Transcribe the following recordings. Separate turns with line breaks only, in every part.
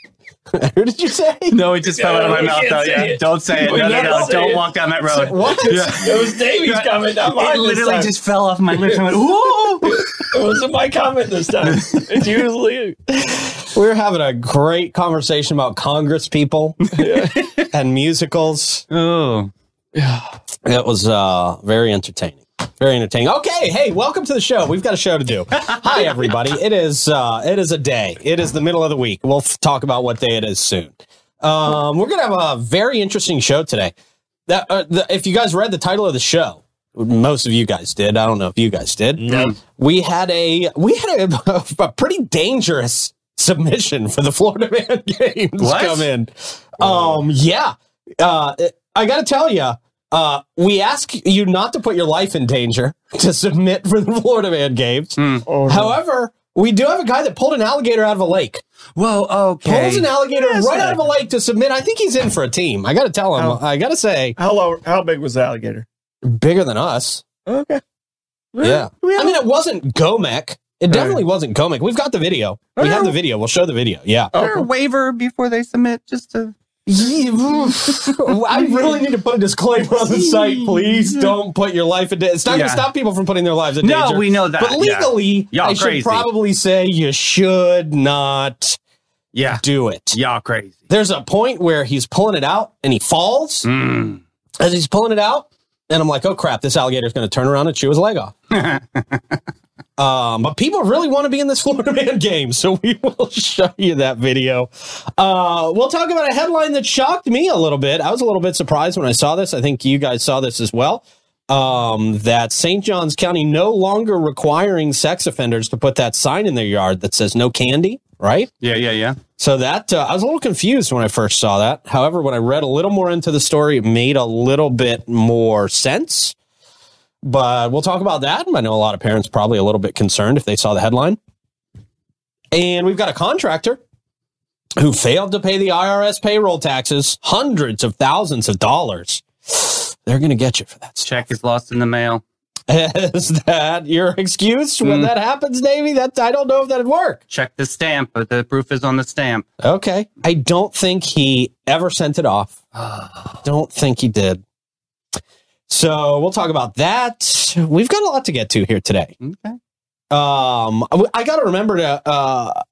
Who did you say?
No, it just fell out of my
You
mouth.
can't
Though.
say
Yeah,
it.
don't say it.
You
No, no,
can't
no.
say
Don't
it.
walk down that road.
What?
Yeah.
It was Davey's
Yeah.
comment, not mine.
It literally
this time.
just fell off my lips. I went, ooh.
it wasn't my comment this time. It's usually
We were having a great conversation about Congress people and musicals.
Oh.
It was uh, very entertaining. Very entertaining. Okay, hey, welcome to the show. We've got a show to do. Hi, everybody. It is uh, it is a day. It is the middle of the week. We'll f- talk about what day it is soon. Um, we're gonna have a very interesting show today. That uh, the, if you guys read the title of the show, most of you guys did. I don't know if you guys did.
no.
we had a we had a, a pretty dangerous submission for the Florida Man games
What?
come in. Um, yeah, uh, I got to tell you, uh, we ask you not to put your life in danger to submit for the Florida Man games.
Mm-hmm. Hmm.
However, we do have a guy that pulled an alligator out of a lake.
Whoa.
Pulls an
Okay.
alligator
Yeah, it's
right
not-
out of a lake to submit. I think he's in for a team. I got to tell him.
How-
I got to say,
How low, how big was the alligator?
bigger than us.
Okay.
Yeah. I mean, it wasn't Gomek. It definitely wasn't Gomek. We've got the video. We
Okay.
have the video. We'll show the video. Yeah.
Is there a waiver before they submit? Just to.
I really need to put a disclaimer on the site. Please don't put your life in danger. It's not going
Yeah.
to stop people from putting their lives in danger.
No, we know that.
but legally,
Y'all
I should
crazy.
probably say you should not
Yeah.
do it.
yeah. Y'all crazy.
There's a point where he's pulling it out and he falls
Mm.
as he's pulling it out, and I'm like, oh crap, this alligator's going to turn around and chew his leg off. Um, but people really want to be in this Florida Man game, so we will show you that video. Uh, we'll talk about a headline that shocked me a little bit. I was a little bit surprised when I saw this. I think you guys saw this as well. Um, that St. John's County no longer requiring sex offenders to put that sign in their yard that says no candy, right?
Yeah. Yeah. Yeah.
So that uh, I was a little confused when I first saw that. However, when I read a little more into the story, it made a little bit more sense. But we'll talk about that. I know a lot of parents probably a little bit concerned if they saw the headline. And we've got a contractor who failed to pay the IRS payroll taxes, hundreds of thousands of dollars. They're going to get you for that. stuff.
Check is lost in the mail.
Is that your excuse when
Mm.
that happens, Davey? That I don't know if that'd work.
Check the stamp, but the proof is on the stamp.
Okay. I don't think he ever sent it off. Don't think he did. So we'll talk about that. We've got a lot to get to here today.
Okay.
Um, I- I got to remember to uh,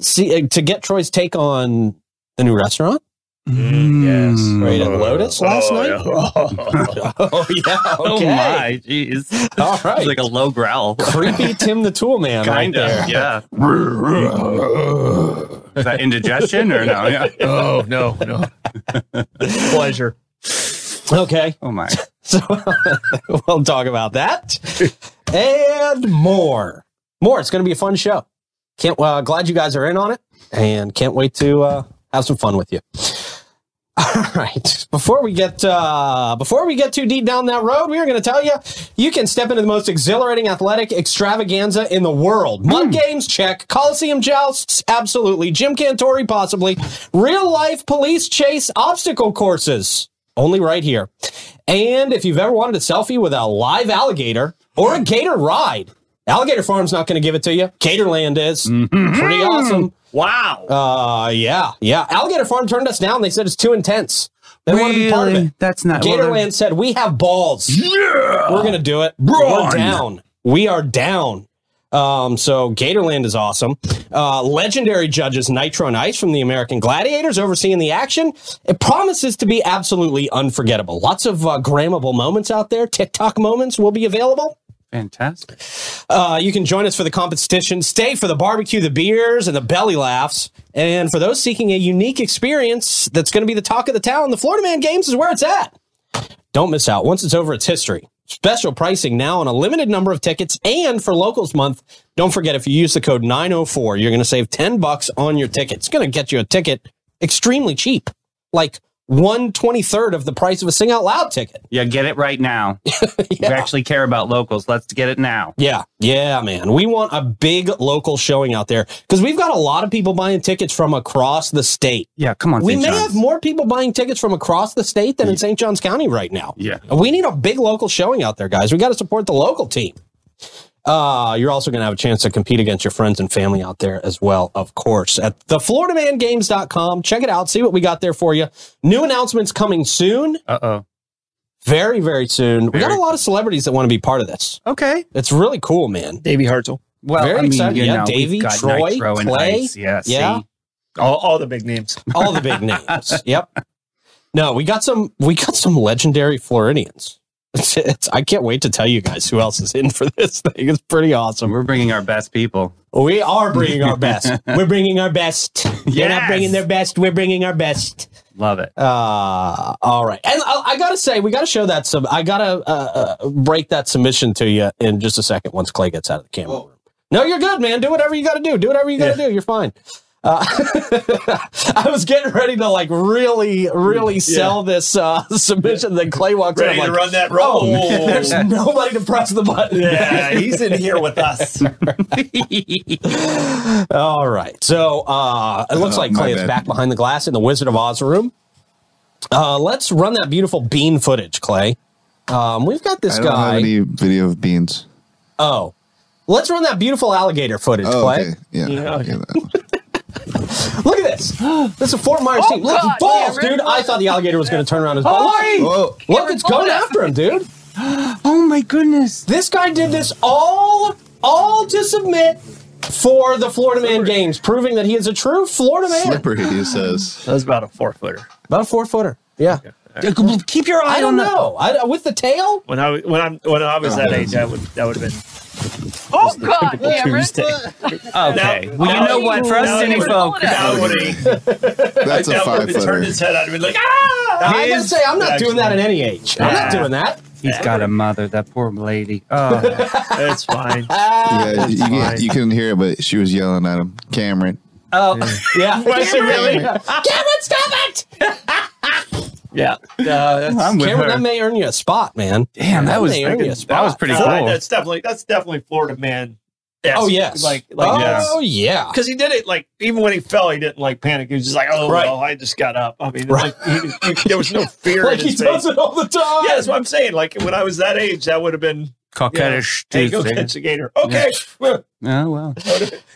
see uh, to get Troy's take on the new restaurant.
Yes.
Right at Lotus last night?
night?
Oh yeah.
Oh my, jeez.
All right.
It's like a low growl.
Creepy Tim the Tool Man right
kind
there.
of, yeah. Is that indigestion or no? Yeah.
oh, no, no. Pleasure.
Okay.
Oh my.
So we'll talk about that and more. More. It's going to be a fun show. Can't uh, glad you guys are in on it, and can't wait to uh, have some fun with you. All right. Before we get uh, before we get too deep down that road, we are going to tell you you can step into the most exhilarating athletic extravaganza in the world. Mud games, check. Coliseum jousts, absolutely. Jim Cantori, possibly. Real life police chase obstacle courses, only right here. And if you've ever wanted a selfie with a live alligator or a gator ride, Alligator Farm's not going to give it to you. Gatorland is pretty awesome.
Wow.
Uh, yeah, yeah. Alligator Farm turned us down. They said it's too intense. They don't want to be part of it.
That's not
Gatorland said we have balls.
Yeah.
We're gonna do it. We're
Run.
down. We are down. Um, so Gatorland is awesome. Uh, legendary judges Nitro and Ice from the American Gladiators overseeing the action. It promises to be absolutely unforgettable. Lots of uh, grammable moments out there. TikTok moments will be available.
Fantastic.
Uh, you can join us for the competition, stay for the barbecue, the beers, and the belly laughs. And for those seeking a unique experience that's going to be the talk of the town, the Florida Man Games is where it's at. Don't miss out. Once it's over, it's history. Special pricing now on a limited number of tickets and for locals month. Don't forget if you use the code 904, you're going to save 10 bucks on your ticket. It's going to get you a ticket extremely cheap, like 123rd of the price of a Sing Out Loud ticket.
Yeah, get it right now. You actually care about locals. Let's get it now.
Yeah, yeah, man. We want a big local showing out there because we've got a lot of people buying tickets from across the state.
Yeah, come on.
We
St.
may
John's.
have more people buying tickets from across the state than in St. John's County right now.
Yeah.
We need a big local showing out there, guys. We got to support the local team. Uh, you're also going to have a chance to compete against your friends and family out there as well, of course, at thefloridamangames.com. Check it out. See what we got there for you. New announcements coming soon.
Uh oh.
Very, very soon. We got
Very-
a lot of celebrities that want to be part of this.
Okay.
It's really cool, man.
Davey Hartzell.
Well,
Very
I mean,
exciting.
you
Yeah,
know, we've
Davey,
got
Troy,
Nitro and
Clay.
Ice. Yeah.
Yeah.
See?
All, all the big names.
All the big names. Yep. No, we got some. We got some legendary Floridians. It's, it's, I can't wait to tell you guys who else is in for this thing. It's pretty awesome.
We're bringing our best people.
We are bringing our best. We're bringing our best. They're not
Yes.
bringing their best. We're bringing our best.
Love it.
Uh, all right. And I, I got to say, we got to show that sub. I got to uh, uh, break that submission to you in just a second once Clay gets out of the camera. room. No, you're good, man. Do whatever you got to do. Do whatever you got to do. You're fine. Uh, I was getting ready to like really, really sell this uh, submission. Then Clay walks
Ready
in. I'm
to
like,
run that roll.
"Oh, there's nobody to press the button.
yeah, he's in here with us.
All right. So uh, it looks
Uh,
like
my
Clay is
bad.
back behind the glass in the Wizard of Oz room. Uh, let's run that beautiful bean footage, Clay. Um, we've got this
I don't have
guy.
any video of beans.
oh, let's run that beautiful alligator footage,
Oh,
Clay.
okay. Yeah.
Yeah, okay.
yeah, that-
Look at this. This is a Fort
Oh,
Myers team. Look, balls, dude. I thought the alligator was going to turn around his balls.
Whoa.
Look, it's going after him, dude.
Oh my goodness.
This guy did this all, all to submit for the Florida Man Games, proving that he is a true Florida man.
Slippery, he says.
That was about a four footer.
About a four footer. Yeah.
Keep your eye
I don't
on the-
know. I, with the tail,
When I when I'm when I was that age, that would that would have been
Oh God, Cameron.
Tuesday.
Okay.
Now-
well, you
now
know
you-
what? For us
now
city
you-
folk,
That would have
That's a
that would
five
have turned
footer.
his head. I'd be like, ah!
I gotta
His-
say, I'm not doing that at any age. I'm not
Yeah.
doing that.
he's got a mother. That poor lady. Oh,
It's fine.
Uh,
Yeah, you, you,
fine.
you couldn't hear it, but she was yelling at him. Cameron.
oh.
Yeah. Was
she really?
Cameron, stop it!
Yeah,
I'm with
Uh, Cameron,
her.
that may earn you a spot, man.
Damn, that was
may earn you a
that
spot.
was pretty
Uh,
cool.
That's definitely that's definitely Florida man. Yes.
Oh yes.
like like
oh yeah.
because he did it like even when he fell, he didn't like panic. He was just like, oh
Right.
well, I just got up. I mean,
Right.
like, he- he- there was no fear.
Like
in
he
his
does
face.
it all the time.
Yeah, that's what I'm saying. Like when I was that age, that would have been
Coquettish
hey, go
Tuesday.
catch a gator. Okay, that
Oh well.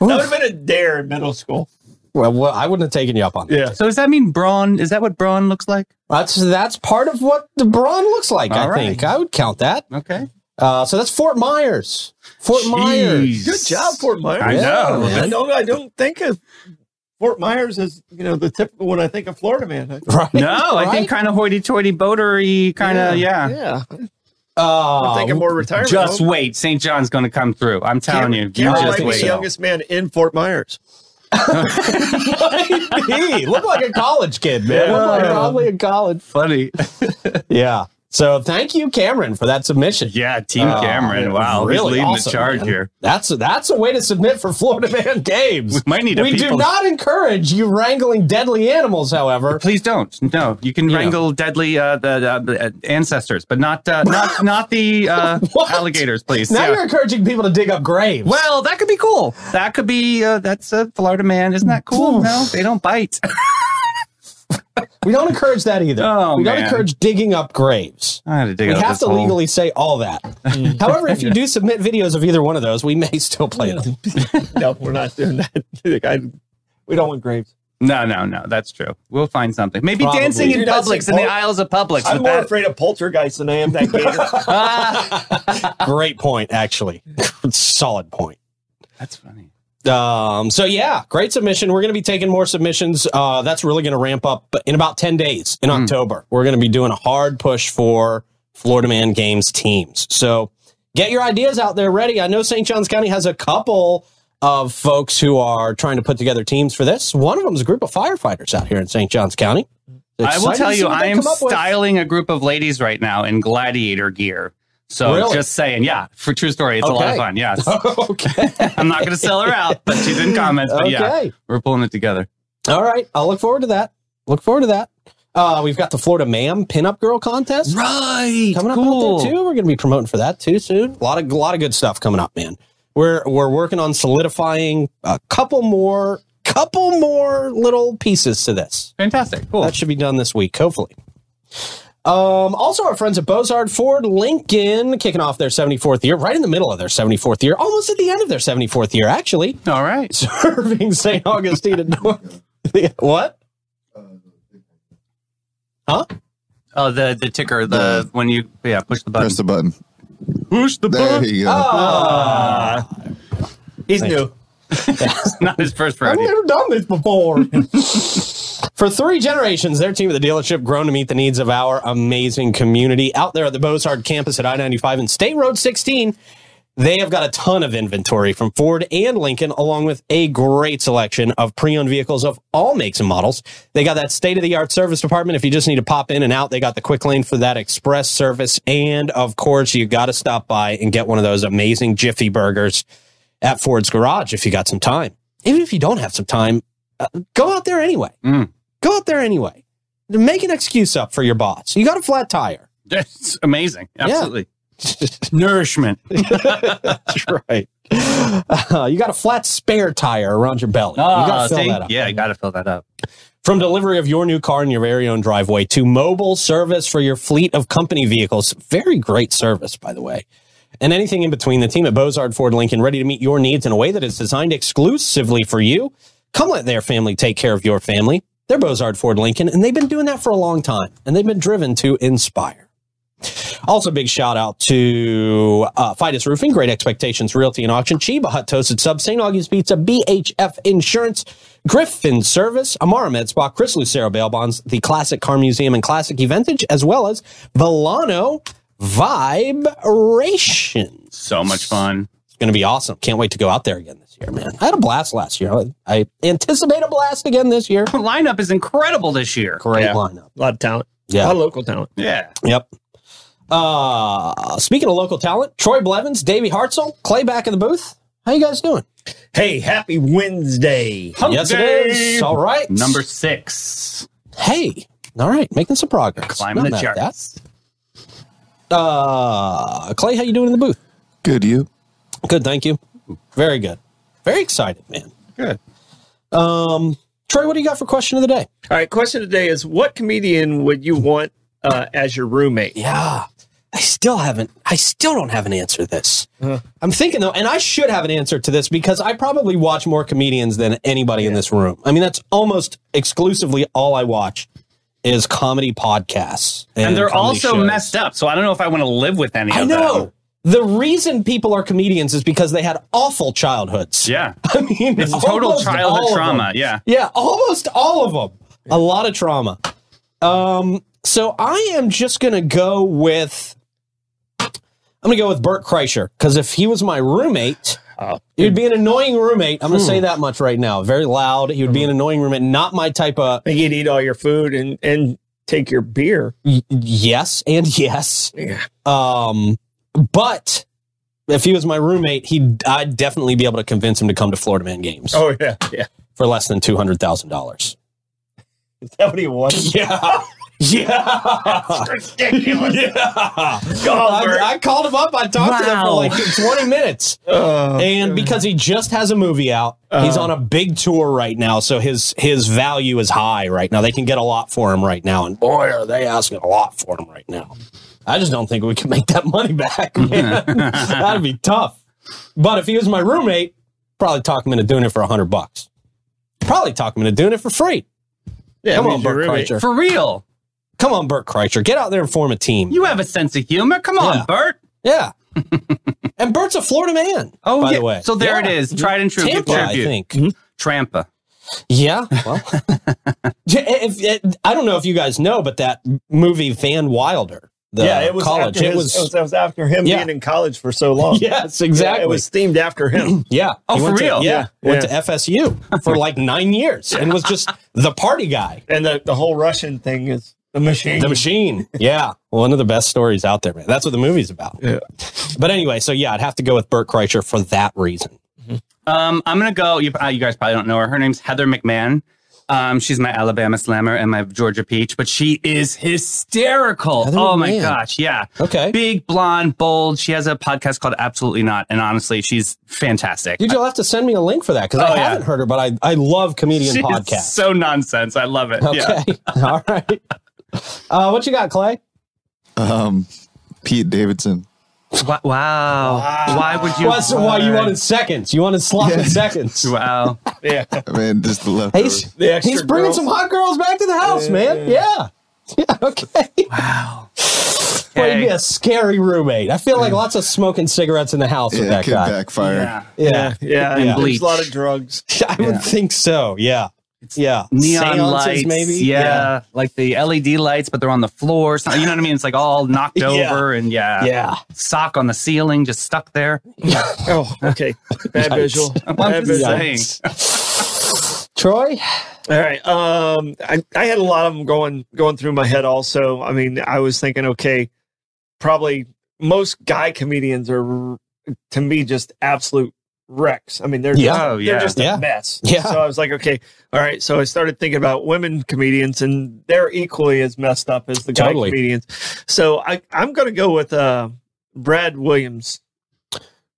would have been a dare in middle school.
Well, well, I wouldn't have taken you up on that.
Yeah,
So does that mean brawn? Is that what brawn looks like?
That's that's part of what the brawn looks like. I
All right.
think I would count that.
Okay.
Uh, so that's Fort Myers. Fort Myers.
Jeez.
good job, Fort Myers.
I
Yeah,
know.
man.
I don't. I don't think of Fort Myers as you know the typical when I think of Florida man.
Right.
No, I think kind of hoity-toity, boatery, kind of yeah.
yeah. yeah. I'm
Uh,
thinking more retirement.
Just
home.
wait, St. John's going to come through. I'm telling
Cameron-
you, you
Cameron
just
might be
wait.
the youngest man in Fort Myers.
he looked like a college kid, man.
Yeah.
Looked like probably a college.
Funny,
Yeah. So thank you, Cameron, for that submission.
yeah, Team
Oh,
Cameron.
man,
wow, he's
really
leading
awesome,
the charge
man.
here.
That's that's a way to submit for Florida Man
We
Games.
might need a
We do
people-
not encourage you wrangling deadly animals, however.
Please don't. No, you
You
can
know.
wrangle deadly uh, the, the uh, ancestors, but not uh, not not the uh,
What?
alligators, please.
Now
Yeah.
you're encouraging people to dig up graves.
Well, that could be cool. That could be uh, that's a Florida man. Isn't that cool? no, they don't bite.
We don't encourage that either.
Oh,
we don't
man.
encourage digging up graves.
I had to dig
We
out
have
this
to
hole.
legally say all that. However, if you do submit videos of either one of those, we may still play them.
no, we're not doing that. Like, I- we don't want graves.
No, no, no. That's true. We'll find something. Maybe
Probably.
dancing in
Dude, I'd say
Publix in the
both.
aisles of Publix.
I'm
with
more
that.
afraid of poltergeist than I am that gator.
Ah,
Great point, actually. Solid point.
that's funny.
Um, so yeah, great submission. We're going to be taking more submissions. Uh, that's really going to ramp up but in about 10 days in
Hmm.
October. We're going to be doing a hard push for Florida Man Games teams. So get your ideas out there ready. I know St. John's County has a couple of folks who are trying to put together teams for this. One of them is a group of firefighters out here in St. John's County.
I will
Excited
tell
to see
you,
what
I
they
am
come up with.
styling a group of ladies right now in gladiator gear. So
Really?
just saying, yeah, for true story, it's a lot
Okay.
of fun. Yes,
okay.
I'm not going to sell her out, but she's in comments. But yeah,
Okay.
we're pulling it together.
All right. I'll look forward to that. Look forward to that. Uh, we've got the Florida Ma'am Pinup Girl contest.
Right,
coming up out there too. We're going to be promoting for that too soon. A lot of a lot of good stuff coming up, man. We're we're working on solidifying a couple more couple more little pieces to this.
Fantastic, cool.
That should be done this week, hopefully. Um, also, our friends at Bozard Ford Lincoln kicking off their 74th year, right in the middle of their 74th year, almost at the end of their 74th year, actually,
All right.
serving St. Augustine and North. what?
Oh, the the ticker, the when you yeah push the button.
Press the button.
Push the
There you go.
Ah,
He's
Thank
new.
Not his first
I've
rodeo.
never done this before. For three generations, their team at the dealership grown to meet the needs of our amazing community out there at the Bozard campus at I 95 and State Road 16. They have got a ton of inventory from Ford and Lincoln, along with a great selection of pre owned vehicles of all makes and models. They got that state of the art service department. If you just need to pop in and out, they got the quick lane for that express service. And of course, you got to stop by and get one of those amazing Jiffy burgers at Ford's garage if you got some time. Even if you don't have some time, uh, go out there anyway.
Mm.
Go out there anyway. Make an excuse up for your boss. You got a flat tire.
That's amazing. Absolutely. Nourishment.
That's right. Uh, you got a flat spare tire around your belly. you got
Ah,
to fill
see?
that up.
Yeah, you got to fill that up.
From delivery of your new car in your very own driveway to mobile service for your fleet of company vehicles. Very great service, by the way. And anything in between, the team at Bozard Ford Lincoln ready to meet your needs in a way that is designed exclusively for you. Come let their family take care of your family. They're Bozard Ford Lincoln, and they've been doing that for a long time, and they've been driven to inspire. Also, big shout out to uh, Fidus Roofing, Great Expectations Realty and Auction, Chiba Hut Toasted Sub, St. August Pizza, BHF Insurance, Griffin Service, Amara Med Spa, Chris Lucero Bail Bonds, the Classic Car Museum and Classic Eventage, as well as Volano Vibration.
So much fun.
It's going to be awesome. Can't wait to go out there again this year, man. I had a blast last year. I, I anticipate a blast again this year.
The lineup is incredible this year.
Great
Yeah.
lineup.
A lot of talent. A
Yeah.
lot of local talent.
Yeah.
Yep. Uh, speaking of local talent, Troy Blevins, Davey Hartzell, Clay back in the booth. How you guys doing?
Hey, happy Wednesday.
Hump
yes,
day.
it is. All right.
Number six.
Hey. All right, making some progress.
Climbing
Not
the
mad at
charts.
that. Uh, Clay, how you doing in the booth?
Good, you.
Good, thank you. Very good. Very excited, man.
Good.
Um, Troy, what do you got for question of the day?
All right, question today is what comedian would you want uh, as your roommate?
Yeah. I still haven't I still don't have an answer to this.
Uh-huh.
I'm thinking though, and I should have an answer to this because I probably watch more comedians than anybody in this room. I mean, that's almost exclusively all I watch is comedy podcasts.
And they're also messed up, so I don't know if I want to live with any
I
of
know.
them.
The reason people are comedians is because they had awful childhoods.
Yeah.
I mean,
It's total
almost all
childhood
of
trauma.
them.
Yeah.
Yeah, almost all of them. A lot of trauma. Um, so I am just gonna go with I'm gonna go with Bert Kreischer because if he was my roommate,
Oh. Hmm.
he would be an annoying roommate. I'm gonna say that much right now. Very loud. He would be an annoying roommate. Not my type of.
I think he'd eat all your food and, and take your beer.
y- Yes and yes.
Yeah.
Um, but if he was my roommate, he would I'd definitely be able to convince him to come to Florida Man Games
Oh, yeah. Yeah.
for less than two hundred thousand dollars.
Is that what he wants?
Yeah. Yeah.
Ridiculous.
Yeah.
on,
I,
Bert.
I called him up. I talked to him for
Wow.
like 20 minutes.
Oh,
And because he just has a movie out, he's
Uh.
on a big tour right now, so his his value is high right now. They can get a lot for him right now, and boy, are they asking a lot for him right now. I just don't think we can make that money back. man. That'd be tough. But if he was my roommate, probably talk him into doing it for a hundred bucks. Probably talk him into doing it for free.
yeah,
Come
he's
on,
your
Bert
roommate.
Kreischer.
For real.
Come on, Bert Kreischer, get out there and form a team.
You have a sense of humor. Come on,
Yeah.
Bert.
Yeah. and Bert's a Florida man.
Oh,
by
yeah.
the way.
So there
Yeah.
it is. Tried and true. Good
Tampa, I
tribute. Mm-hmm.
think.
Trampa.
Yeah. Well, Yeah, if, if- I don't know if you guys know, but that movie Van Wilder, the
yeah, it was
college,
After
it
his,
was.
it was after him
Yeah.
being in college for so long.
yes,
Yeah,
exactly. Yeah.
it was themed after
Oh,
him.
He
for
went to-
real?
yeah,
Yeah.
Went to FSU for like nine years and was just the party guy.
and the, the whole Russian thing is the machine.
The machine. Yeah. One of the best stories out there, man. That's what the movie's about.
Yeah.
But anyway, so yeah, I'd have to go with Burt Kreischer for that reason.
Um, I'm gonna go. You, uh, you guys probably don't know her. Her name's Heather McMahon. Um, she's my Alabama Slammer and my Georgia Peach, but she is hysterical.
Heather
oh my
McMahon.
gosh, yeah,
Okay.
big blonde, bold. She has a podcast called Absolutely Not, and honestly, she's fantastic.
Dude, you'll have to send me a link for that because
Oh,
I
yeah.
haven't heard her, but I, I love comedian
She's
podcasts.
so nonsense. I love it. Yeah.
okay. All right. Uh, what you got, Clay?
Um, Pete Davidson.
Wow. Why would you?
That's why you wanted seconds. You wanted sloppy
Yeah.
seconds.
Wow.
Yeah.
I mean, just the left.
He's,
The extra
he's bringing
girls.
some hot girls back to the house, man. Yeah. Yeah, okay.
Wow.
Boy, he'd
Okay.
be a scary roommate. I feel like lots of smoking cigarettes in the house with
Yeah,
that
could
guy.
backfire.
Yeah.
Yeah.
Yeah.
Yeah.
And There's
Bleach.
a lot of drugs.
I would
Yeah.
think so. Yeah. Yeah.
Neon
Seances,
lights, Yeah, like the LED lights, but they're on the floor. So, you know what I mean? It's like all knocked
Yeah.
over, and yeah,
Yeah. Yeah.
sock on the ceiling, just stuck there.
Oh, okay. Bad
Yikes.
visual.
just
Bad visual.
saying.
Yikes. Troy?
All right. Um, I, I had a lot of them going going through my head. Also, I mean, I was thinking, okay, probably most guy comedians are to me just absolute wrecks. I mean, they're
Yeah.
just,
Oh, yeah.
they're just
Yeah.
a mess.
Yeah.
So I was like, okay, all right. So I started thinking about women comedians, and they're equally as messed up as the guy
Totally.
comedians. So I I'm gonna go with uh, Brad Williams.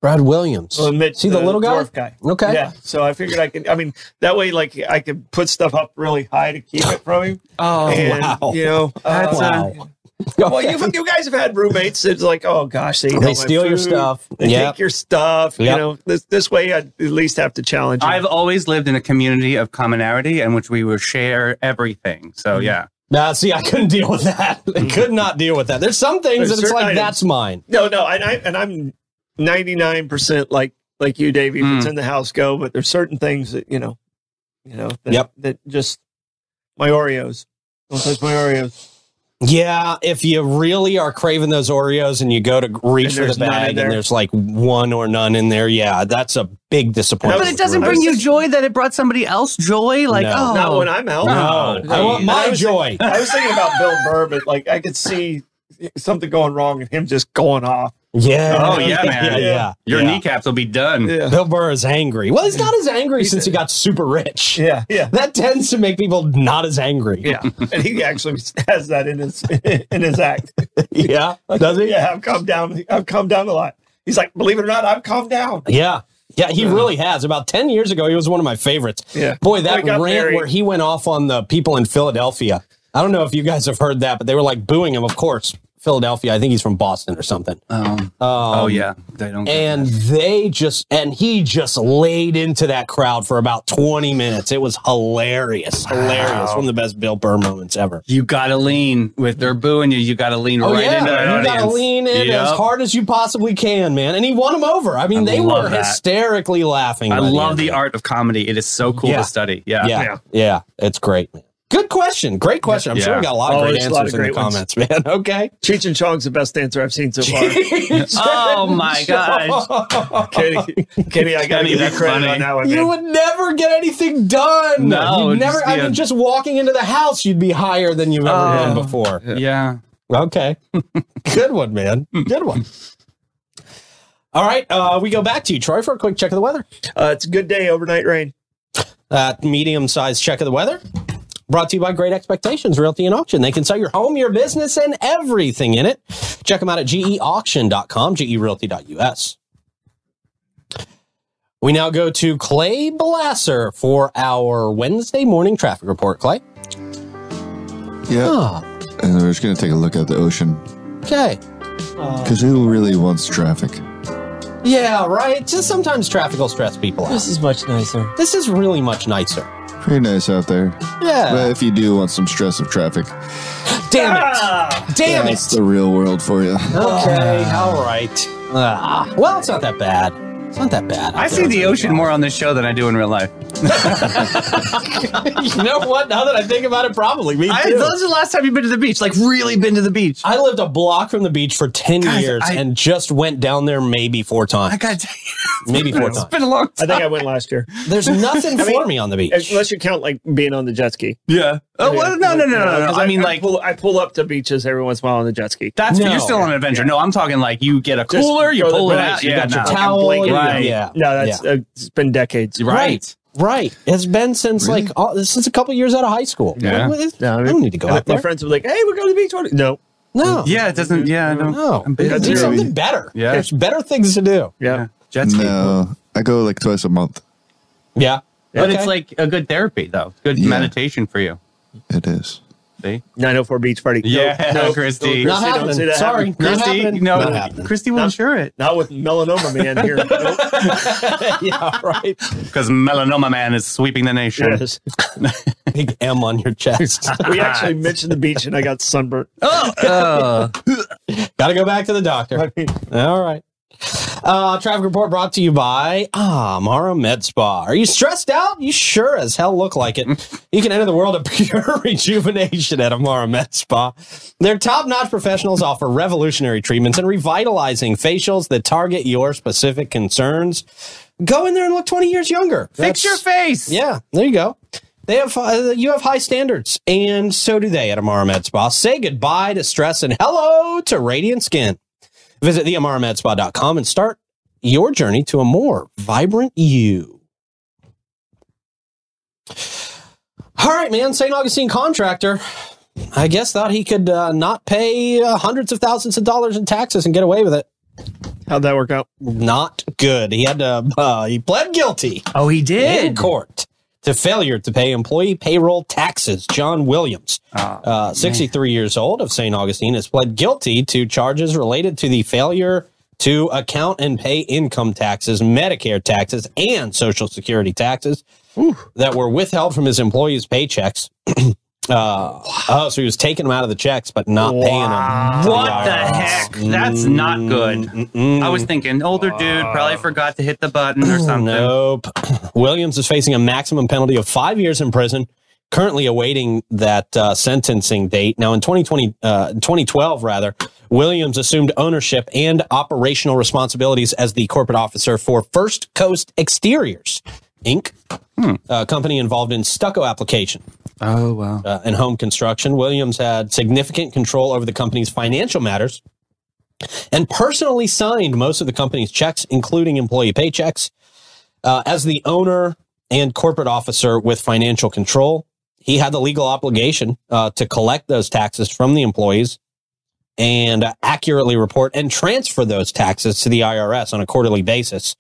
Brad Williams.
Well, Mitch, uh,
See the little guy?
dwarf guy.
okay.
Yeah. So I figured I could. I mean, that way, like I could put stuff up really high to keep it from him.
Oh,
and,
wow.
You know,
That's,
uh,
wow.
well,
Okay.
you you guys have had roommates. It's like, oh gosh, they, eat all my
they steal your
food,
stuff.
They
Yeah.
take your stuff.
Yep.
You know, this this way, I at least have to challenge. Him.
I've always lived in a community of commonality in which we will share everything. So
Mm-hmm.
yeah,
Nah, see, I couldn't deal with that. I could not deal with that. There's some things
Mm-hmm. There's
that it's
certain
like,
items.
that's mine.
no, no, and I and I'm ninety nine percent like like you, Davey. If it's
Mm.
in the house, go. But there's certain things that you know, you know, that,
Yep.
that just my Oreos. Don't touch my Oreos.
Yeah, if you really are craving those Oreos and you go to reach
And
for the
there's none in
bag
there.
and there's like one or none in there, yeah, that's a big disappointment.
But it
with
doesn't
roommates.
bring you
joy that it brought somebody else joy.
Like, No. oh.
Not when I'm out.
No,
Oh,
I want
geez.
my
I was
joy.
I was thinking about Bill Burr, but like I could see something going wrong and him just going off.
Yeah.
Oh, yeah, man.
Yeah. yeah.
your
yeah.
kneecaps will be done.
Yeah.
Bill Burr is angry. Well, he's not as angry since he got super rich.
Yeah, yeah,
That tends to make people not as angry.
yeah.
Um,
and he actually has that in his in his act.
Yeah. Does he?
Yeah, I've calmed down. I've calmed down a lot. He's like, believe it or not, I've calmed down.
Yeah. Yeah, he really has. About 10 years ago, he was one of my favorites.
Yeah.
Boy, that
I
rant
got married.
where he went off on the people in Philadelphia. I don't know if you guys have heard that, but they were like booing him, of course. Philadelphia, I think he's from Boston or something.
Oh,
Um,
oh yeah, they don't.
And they just, and he just laid into that crowd for about 20 minutes. It was hilarious. Hilarious. One of the best Bill Burr moments ever.
you gotta lean with their booing you. You gotta lean
Oh
right
yeah,
into that
you
audience.
gotta lean in
Yep.
as hard as you possibly can, man. And he won them over. I mean,
I
they
love
were
that.
hysterically laughing.
I
by
love
end
the
of it.
art of comedy. It is so cool
Yeah.
to study. Yeah.
Yeah, yeah, it's great, man. Good question. Great question. I'm sure
Yeah.
we got a lot
Oh,
of great
there's
answers
a lot
in
of
the
great ones.
comments, man. Okay.
Cheech and Chong's the best answer I've seen so far.
Oh my gosh.
Kitty, Kitty, I gotta
Kenny,
give you
that's
credit
funny.
on that one.
You
man.
would never get anything done.
No,
You'd
just
never. I
be a-
mean, just walking into the house, you'd be higher than you've ever
Oh.
been before.
Yeah.
Okay. Good one, man. Good one. All right. Uh, we go back to you, Troy, for a quick check of the weather.
Uh, it's a good day. Overnight rain.
uh, medium sized check of the weather. Brought to you by Great Expectations Realty and Auction. They can sell your home, your business, and everything in it. Check them out at geauction.com, gerealty.us. We now go to Clay Blasser for our Wednesday morning traffic report. Clay.
Yeah.
Ah,
And we're just going to take a look at the ocean
okay.
because who really wants traffic?
Yeah, right. Just sometimes traffic will stress people out.
is much nicer.
This is really much nicer.
Pretty nice out there. But
Yeah.
if you do want some stress of traffic,
Damn it.
Ah,
Damn it.
that's the real world for you.
Okay, all right. Ah, well, it's not that bad. It's not that bad.
I see the ocean more on this show than I do in real life.
you know what? Now that I think about it, probably me too.
I, when's the last time you've been to the beach? Like really been to the beach?
I lived a block from the beach for ten
Guys,
years
I-
and just went down there maybe four times,
I got to tell
maybe
you,
four
it's
times.
been a long
I
time.
think I went last year,
There's nothing
I mean-
for me on the beach.
unless you count like being on the jet ski.
Yeah. Oh well, no, no, no, no, no.
'Cause
I mean, like
pull, I pull up to beaches every once in a while on the jet ski.
that's
No.
you're still on an adventure. No, I'm talking like you get a
Just
cooler, you
throw the
pull it
rice,
out.
you
Yeah.
got your
no.
towel.
Towel,
blanket,
yeah,
right.
yeah,
No, that's uh, it's been decades.
Right.
right. It's been since like all, since a couple years out of high school.
Yeah.
What- what is-
No, I
I
mean-
don't need to go
My-
out
my
there.
friends were like, "Hey, we're going to the beach." One. No,
No,
Yeah. It doesn't. Yeah. I don't,
no.
I'm busy.
Do
Yeah.
something better.
Yeah.
There's better things to do.
yeah,
Yeah. Jet ski.
No, I go like twice a month.
Yeah,
But
Okay.
it's like a good therapy though. Good
Yeah.
meditation for you.
It is.
Christy.
904 Beach Party. Nope,
Yeah,
nope,
Christy.
Not
nope, don't say
happening.
that
Sorry,
happened.
not
Christy,
happening.
no,
Not happening.
Christy will
Not-
insure it
Not with melanoma man here. Nope.
yeah, right.
because melanoma man is sweeping the nation.
Yes.
Big M on your chest.
We actually mentioned the beach and I got sunburnt.
Oh. Got to go back to the doctor.
I mean,
All right. Uh, traffic report brought to you by Amara Med Spa. Are you stressed out? You sure as hell look like it. You can enter the world of pure rejuvenation at Amara Med Spa. Their top notch professionals offer revolutionary treatments and revitalizing facials that target your specific concerns. Go in there and look 20 years younger.
Fix
That's-
your face.
yeah, there you go. They have uh, you have high standards, and so do they at Amara Med Spa. Say goodbye to stress and hello to radiant skin. Visit theamaramedspa.com and start your journey to a more vibrant you. All right, man. St. Augustine contractor, I guess thought he could uh, not pay uh, hundreds of thousands of dollars in taxes and get away with it.
how'd that work out?
Not good. He had to. Uh, he pled guilty
Oh, he
in court to failure to pay employee payroll taxes. John Williams,
Ah.
uh, 63 years old of St. Augustine, has pled guilty to charges related to the failure to account and pay income taxes, Medicare taxes, and Social Security taxes that were withheld from his employees' paychecks. Uh, oh, so he was taking them out of the checks, but not paying them.
What the heck? That's not good. I was thinking, older dude probably forgot to hit the button or something.
Nope. Williams is facing a maximum penalty of five years in prison, currently awaiting that uh, sentencing date. Now, in 2020, uh, 2012, rather, Williams assumed ownership and operational responsibilities as the corporate officer for First Coast Exteriors, Inc., a company involved in stucco application
Oh wow.
uh, and home construction. Williams had significant control over the company's financial matters and personally signed most of the company's checks, including employee paychecks. Uh, as the owner and corporate officer with financial control, he had the legal obligation uh, to collect those taxes from the employees and uh, accurately report and transfer those taxes to the IRS on a quarterly basis.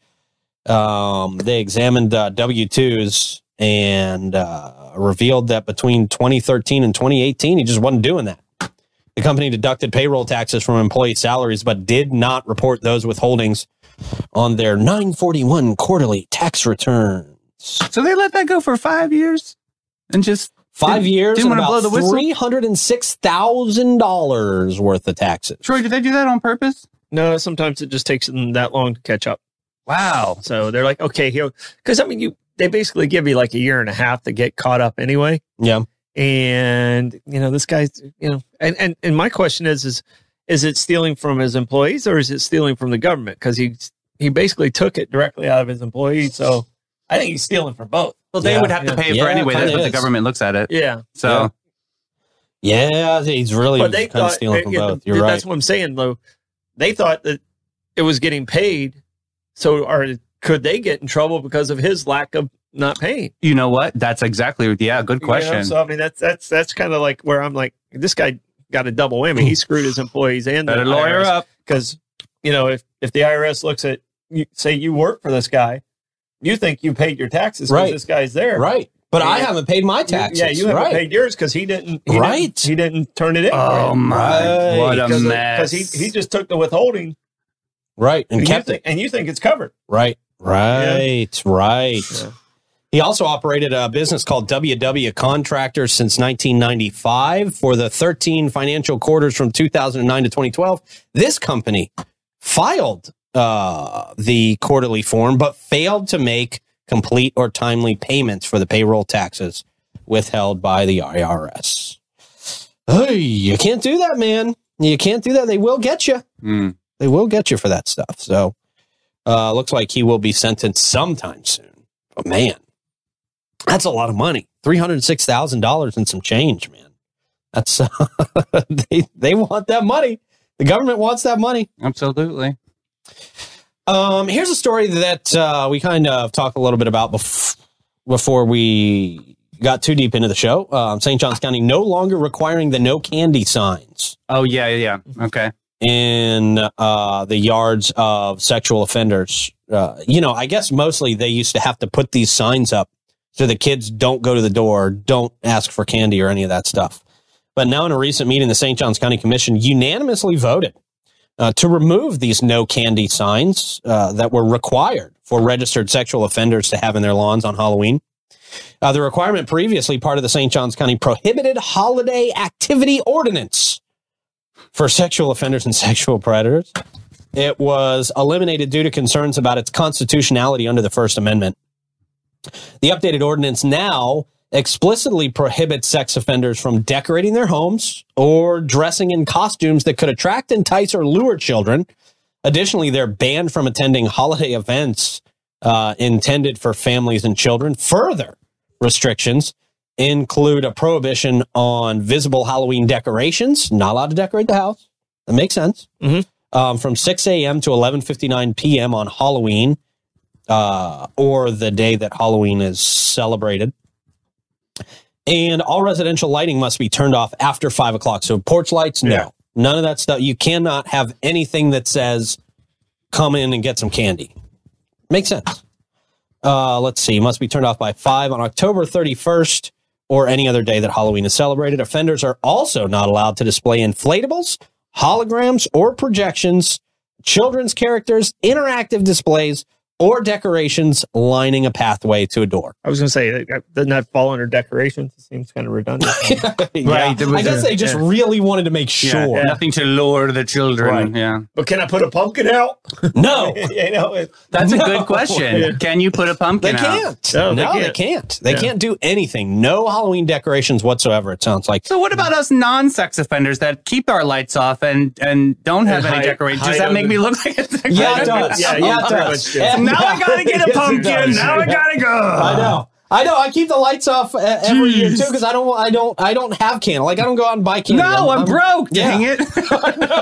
Um, they examined uh, W 2s and uh, revealed that between 2013 and 2018, he just wasn't doing that. The company deducted payroll taxes from employee salaries, but did not report those withholdings on their 941 quarterly tax return.
So they let that go for five years, and just
5
Didn't-
years
didn't
and
wanna
about
blow the whistle?
three hundred and six thousand dollars worth of taxes.
Troy, did they do that on purpose?
No, sometimes it just takes them that long to catch up.
Wow.
So they're like, okay, here, because I mean, you they basically give you like a year and a half to get caught up anyway.
Yeah,
And you know, this guy's, you know, and and and my question is, is is it stealing from his employees or is it stealing from the government? Because he he basically took it directly out of his employees. So I think he's stealing from both.
Well, they
Yeah.
would have to pay
Yeah,
for it anyway. That's
kinda
what the
is.
government looks at it.
Yeah,
So
Yeah. yeah, he's really
but they
kind of
thought eh,
stealing from
yeah,
both. You're
that's
right.
what I'm saying though. They thought that it was getting paid, so or could they get in trouble because of his lack of not paying?
you know what? That's exactly yeah. Good
You know,
question.
so I mean, that's that's that's kind of like where I'm like, this guy got a double whammy. He screwed his employees and
Better lawyer up.
because you know if if the IRS looks at you, say you work for this guy, you think you paid your taxes because
Right.
this guy's there,
Right, but I
Yeah.
haven't paid my
You-
taxes.
yeah, you haven't
right.
paid yours because he didn't. He
Right.
didn't, he didn't turn it in.
Oh my!
Right.
What a
because
mess.
he he just took the withholding
right, and
and you
kept it.
think and you think it's covered.
Right, right, right. He also operated a business called WW Contractors since 1995. For the 13 financial quarters from 2009 to 2012, this company filed uh, the quarterly form but failed to make complete or timely payments for the payroll taxes withheld by the IRS. Hey, you can't do that, man. You can't do that. They will get you
Mm.
they will get you for that stuff. So, uh, looks like he will be sentenced sometime soon. But man, that's a lot of money three hundred six thousand dollars and some change, man. That's they they want that money. The government wants that money.
Absolutely.
Um, here's a story that uh, we kind of talked a little bit about bef- before we got too deep into the show. Um, St. Johns County no longer requiring the no candy signs.
Oh yeah, yeah. yeah. Okay.
in uh, the yards of sexual offenders. Uh, you know, I guess mostly they used to have to put these signs up so the kids don't go to the door, don't ask for candy or any of that stuff. But now, in a recent meeting, the St. Johns County Commission unanimously voted uh, to remove these no candy signs uh, that were required for registered sexual offenders to have in their lawns on Halloween. Uh, the requirement previously part of the St. Johns County prohibited holiday activity ordinance for sexual offenders and sexual predators. It was eliminated due to concerns about its constitutionality under the First Amendment. The updated ordinance now explicitly prohibits sex offenders from decorating their homes or dressing in costumes that could attract, entice, or lure children. Additionally, they're banned from attending holiday events uh, intended for families and children. Further restrictions include a prohibition on visible Halloween decorations. Not allowed to decorate the house. That makes sense.
Mhm.
Um, from 6 a.m. to 11:59 p.m. on Halloween, uh, or the day that Halloween is celebrated. And all residential lighting must be turned off after five o'clock. So porch lights, no,
Yeah.
none of that stuff. You cannot have anything that says "come in and get some candy." Makes sense. Uh, let's see. Must be turned off by five on October 31st or any other day that Halloween is celebrated. Offenders are also not allowed to display inflatables, holograms, or projections, children's characters, interactive displays, or decorations lining a pathway to a door.
I was going to say, uh, doesn't that fall under decorations? It seems kind of redundant.
Yeah.
there was
I guess
a-
they just
yeah.
really wanted to make
Yeah,
sure.
Nothing to lure the children.
Right.
Yeah.
but can I put a pumpkin out?
No,
you know, it-
That's
No.
a good question.
Yeah.
Can you put a
they
pumpkin out?
can't. No,
No, they
they
can't.
can't. They
Yeah.
can't do anything. No Halloween decorations whatsoever, it sounds like.
So what about us non-sex offenders that keep our lights off and and don't have
And
any
hide-
decorations? Does
hide
that make
under-
me look like a sex
Yeah, it
offender?
does.
Yeah,
yeah, it
you pretty much
does.
do.
And
Now I gotta get a
Yes, it
pumpkin.
does.
Now I gotta go.
I know. I know. I keep the lights off uh, every year too because I don't. I don't. I don't have candle. Like I don't go out and buy candle.
No, I'm, broke.
yeah.
Dang it!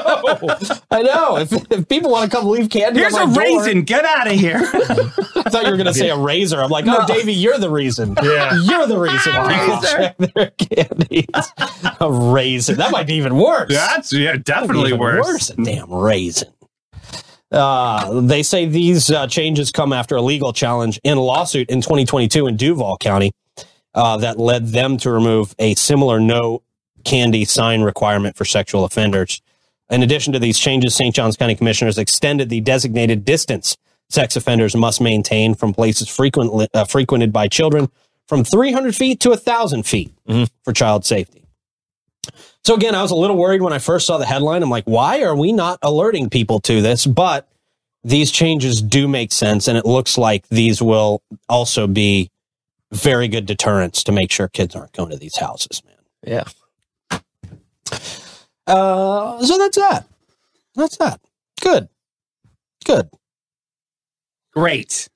I know. If, if people want to come leave candy,
Here's a
on my door-
raisin. Get out of here.
I thought you were going to say a razor. I'm like, oh,
No.
Davey, you're the reason.
Yeah.
You're the reason. why people
Razor.
check their candies. a raisin. That might be even worse.
yeah,
That'd be
definitely
even than damn raisin. Uh, they say these uh, changes come after a legal challenge in a lawsuit in 2022 in Duval County uh, that led them to remove a similar no candy sign requirement for sexual offenders. In addition to these changes, St. Johns County commissioners extended the designated distance sex offenders must maintain from places frequently, uh, frequented by children from 300 feet to 1,000 feet for child safety. So again, I was a little worried when I first saw the headline. I'm like, why are we not alerting people to this? But these changes do make sense, and it looks like these will also be very good deterrents to make sure kids aren't going to these houses, man.
Yeah.
Uh, so that's that. That's that. Good. Good.
Great.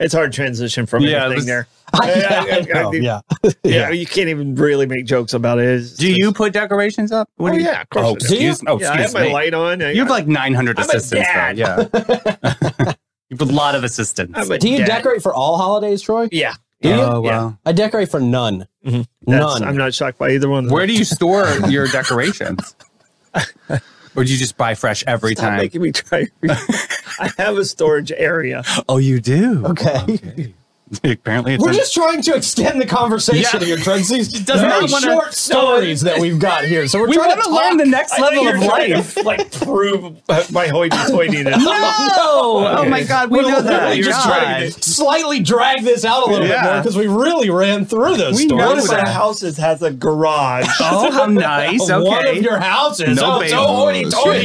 it's hard transition from
Yeah,
anything
let's-
there.
yeah,
I- I-
I know.
I-
yeah.
Yeah, you can't even really make jokes about it. It's
Do
just-
you put decorations up? What
Oh
do you?
yeah, of course.
Oh,
I do.
do you?
Excuse- Oh,
yeah, I have
excuse
my
me.
light on. I,
You have like 900
I'm a
assistants, though.
dad.
Yeah. you have a lot of assistants.
I'm a
Do you
dad.
decorate for all holidays, Troy?
Yeah,
Do you?
oh,
Yeah.
wow.
I decorate for none.
Mhm. that's,
None.
I'm not shocked by either one. of them.
Where do you store your decorations? or do you just buy fresh every
Stop
time?
making me try? I have a storage area.
Oh, you do?
okay.
Apparently, it's
We're
an-
just trying to extend the conversation
Yeah.
here, Trent. These
does
very
not wanna-
short stories that we've got here. So we're
we
trying
want
to
to learn the next level of life.
like prove my hoity-toity.
No! Oh my God, we
We're
know that.
literally just
God.
trying to slightly drag this out a little bit
Yeah.
more because we really ran through those
We
stories.
know
Notice
that.
our houses has a garage.
Oh, how nice. Okay.
One of your houses.
No
oh, it's so hoity-toity,
baby.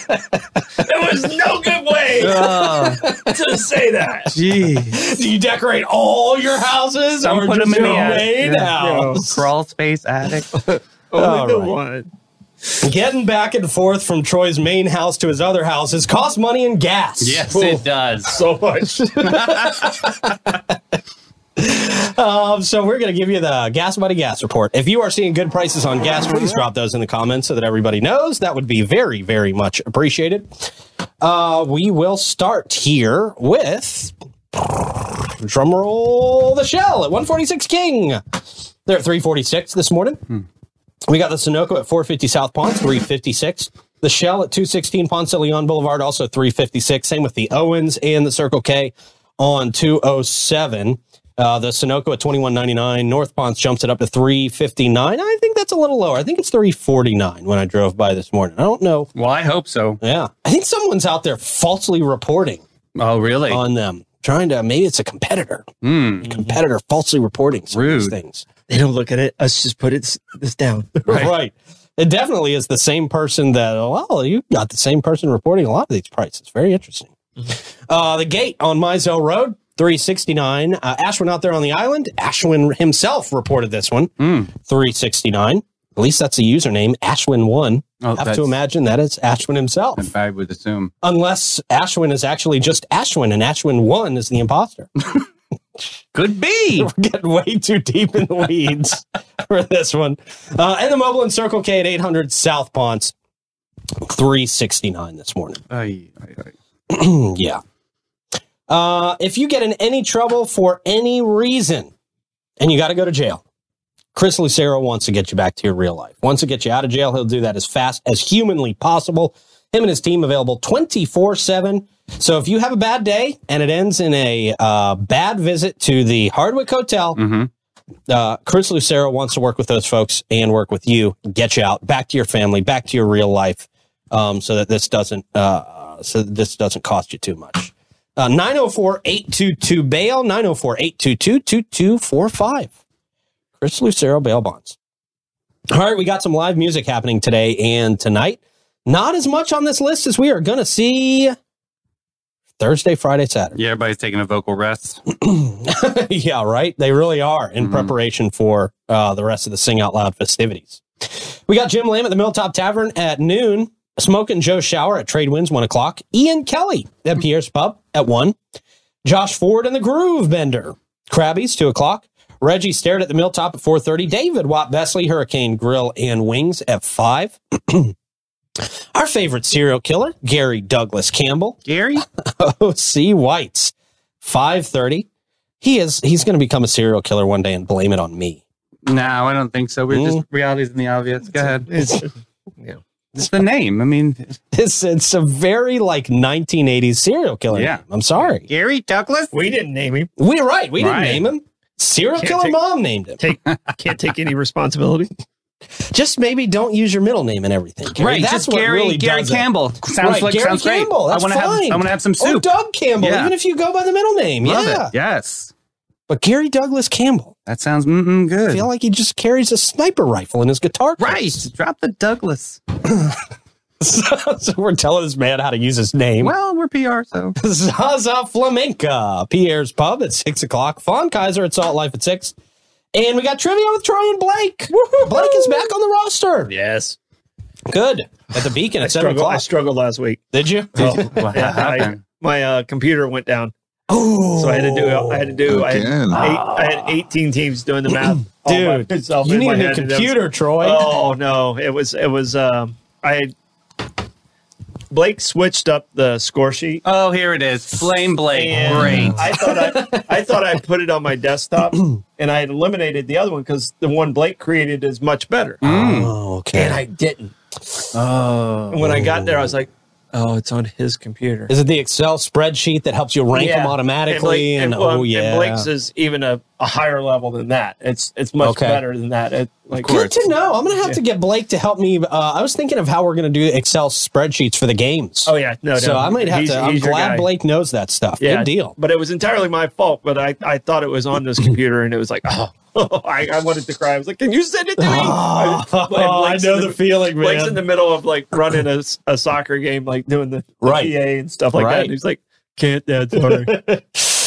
Troy.
there was no good way Uh.
oh,
to say that.
geez.
Do you decorate all your houses
Some
or
put
just
'em in
your
the attic.
main
Yeah.
house?
Crawl space attic.
All
Only the
right.
one.
Getting back and forth from Troy's main house to his other houses costs money and gas.
it does.
So much.
Um, so we're going to give you the gas money gas report. If you are seeing good prices on gas, please drop those in the comments so that everybody knows. That would be very, very much appreciated. Uh, we will start here with drumroll the shell at 146 King. They're at 346 this morning. We got the Sunoco at 450 South Pond, 356. The Shell at 216 Ponce de Leon Boulevard, also 356. Same with the Owens and the Circle K on 207. Uh, the Sunoco at twenty one ninety nine. North Ponce jumps it up to three fifty nine. I think that's a little lower. I think it's three forty nine when I drove by this morning. I don't know.
Well, I hope so.
Yeah, I think someone's out there falsely reporting
Oh, really?
on them, trying to maybe it's a competitor.
Hmm.
Competitor falsely reporting some of these
Rude.
things.
They don't look at it. Us just put it, this down.
Right.
Right. It definitely is the same person that, well, you got the same person reporting a lot of these prices. Very interesting.
Mm-hmm.
Uh, the gate on Mizell Road, 369. Uh, Ashwin out there on the island. Ashwin himself reported this one,
Hmm.
369. At least that's the username, Ashwin1.
Oh,
Have
that's-
to imagine that it's Ashwin himself,
I would assume.
unless Ashwin is actually just Ashwin and Ashwin1 is the imposter.
Could be.
We're getting way too deep in the weeds for this one. Uh, and the mobile and Circle K at 800 South Ponce, 369 this morning.
Ay, ay, ay.
yeah. Uh, if you get in any trouble for any reason and you got to go to jail, Chris Lucero wants to get you back to your real life. Wants to get you out of jail. He'll do that as fast as humanly possible. Him and his team available 24 7. So if you have a bad day and it ends in a uh, bad visit to the Hardwick Hotel,
Mhm.
uh, Chris Lucero wants to work with those folks and work with you, get you out back to your family, back to your real life, um, so that this doesn't uh, so that this doesn't cost you too much. Uh, 904-822 bail 904-822-2245 chris lucero bail bonds all right we got some live music happening today and tonight not as much on this list as we are gonna see thursday friday saturday
Yeah, everybody's taking a vocal rest.
yeah, right. They really are in
Mhm.
preparation for uh, the rest of the Sing Out Loud festivities. We got Jim Lamb at the Milltop Tavern at noon, Smoking Joe Shower at Trade Winds, one o'clock, Ian Kelly at Pierre's Pub at one, Josh Ford and the Groove Bender, Krabby's, two o'clock, Reggie stared at the Milltop at four thirty, David Watt Besley, Hurricane Grill and Wings at five. Our favorite serial killer, Gary Douglas Campbell,
Gary?
OC Whites, 530. He is he's going to become a serial killer one day and blame it on me.
No, I don't think so. We're
Mm.
just realities in the obvious. Go ahead.
It's,
It's the name. I mean,
It's it's a very like 1980s serial killer.
Yeah.
name. I'm sorry.
Gary Douglas?
we didn't name him.
We're right. We didn't
Right.
name him. Serial
Can't
killer
take-
mom named him.
Take can't take any responsibility.
Just maybe don't use your middle name and everything. Gary.
Right, just Gary Gary
does it.
Campbell. Sounds
Right,
like
Gary
sounds
Campbell,
great. I
that's
want to have I
fine.
want to have some
Or
soup.
Doug Campbell,
Yeah.
even if you go by the middle name.
Love
yeah.
it. Yes.
But Gary Douglas Campbell.
That sounds mm-mm
I
good.
feel like he just carries a sniper rifle in his guitar.
right.
case.
Drop the Douglas.
so, so we're telling this man how to use his name.
Well, we're PR, so
Zaza Flamenca, Pierre's Pub at 6 o'clock, Fawn Kaiser at Salt Life at 6. And we got trivia with Troy and Blake. Blake is back on the roster.
Yes.
Good. At the Beacon
I
at 7
struggled, I
o'clock.
struggled last week.
Did you?
Oh,
what
yeah, I,
happened?
my uh, computer went down,
Oh.
so I had to do. I had to do. I had, eight,
Again.
I had 18 teams doing the math. all by
Dude,
myself
You
in
need
my
a new
head, and that was-
computer, Troy.
Oh no, it was it was. Um, I had Blake switched up the score sheet.
Oh, here it is. Blame Blake.
And
Great.
I thought I, I thought I put it on my desktop, and I had eliminated the other one because the one Blake created is much better.
Oh, okay.
And I didn't. Oh. And when I got there, I was like, "Oh, it's on his computer."
is it the Excel spreadsheet that helps you rank
Yeah.
them automatically? And,
Blake- well,
oh, yeah.
and Blake's is even a, a higher level than that. It's it's much
Okay.
better than that. It, like
Good to know. I'm going to have to get Blake to help me. Uh, I was thinking of how we're going to do Excel spreadsheets for the games.
Oh yeah, no.
so
no.
I might have
He's-
to. I'm
he's your
glad
guy.
Blake knows that stuff.
Yeah, Mm-hmm.
Good deal.
But it was entirely my fault. But I, I thought it was on this computer, and it was like, oh, I, I wanted to cry. I was like, can you send it to me?
Oh,
And Blake's in
feeling,
Blake's in the middle of like running a, s- a soccer game, like doing the, the
Right.
PA and stuff like that.
Right.
And he's like, can't, Dad, sorry.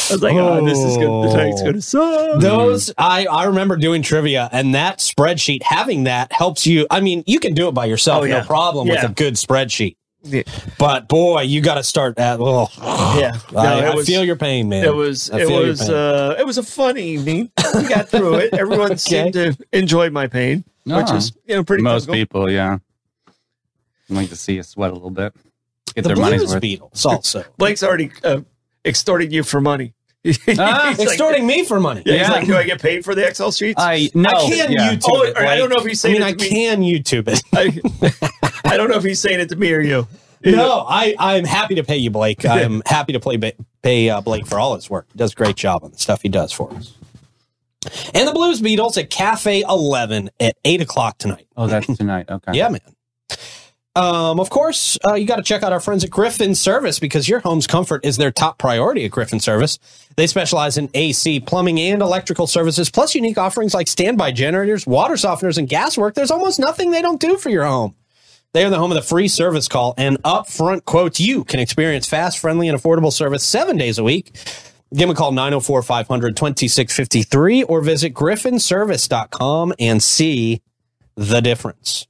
I was like, oh, this is good. Tonight's
Oh.
going to suck.
Those I I remember doing trivia, and that spreadsheet having that helps you. I mean, you can do it by yourself,
Oh, yeah.
no problem with
Yeah.
a good spreadsheet.
Yeah.
But boy, you got to start at. Oh,
Yeah. No,
I,
it
I
was-
feel your pain, man.
It was
I
it
feel your
was
pain.
uh, it was a fun evening. We got through it. Everyone seemed to enjoy my pain, which
Uh-huh.
Ah.
is you know pretty
most
typical.
people, yeah. I like to see you sweat a little bit. Get
the
their money's
Blues
worth.
Beatles also
Blake's already uh, extorting you for money. He's
Ah,
like-
extorting me for money.
yeah, he's
Yeah.
like, "Oh, do I get paid for the Excel sheets?
I no.
I can
yeah.
YouTube
Oh,
it.
or I don't know if
you
he's
I
saying
mean,
it
I
to me.
can YouTube it.
I, I don't know if he's saying it to me or you.
No, I, I'm happy to pay you, Blake. I'm happy to play ba- pay uh, Blake for all his work. He does a great job on the stuff he does for us. And the Blues Beatles at Cafe 11 at 8 o'clock tonight.
Oh, that's tonight. Okay.
Yeah, man. Um, of course, uh, you got to check out our friends at Griffin Service because your home's comfort is their top priority at Griffin Service. They specialize in AC, plumbing, and electrical services, plus unique offerings like standby generators, water softeners, and gas work. There's almost nothing they don't do for your home. They are the home of the free service call and upfront quotes. You can experience fast, friendly, and affordable service seven days a week. Give them a call 904 500 2653 or visit griffinservice.com and see the difference.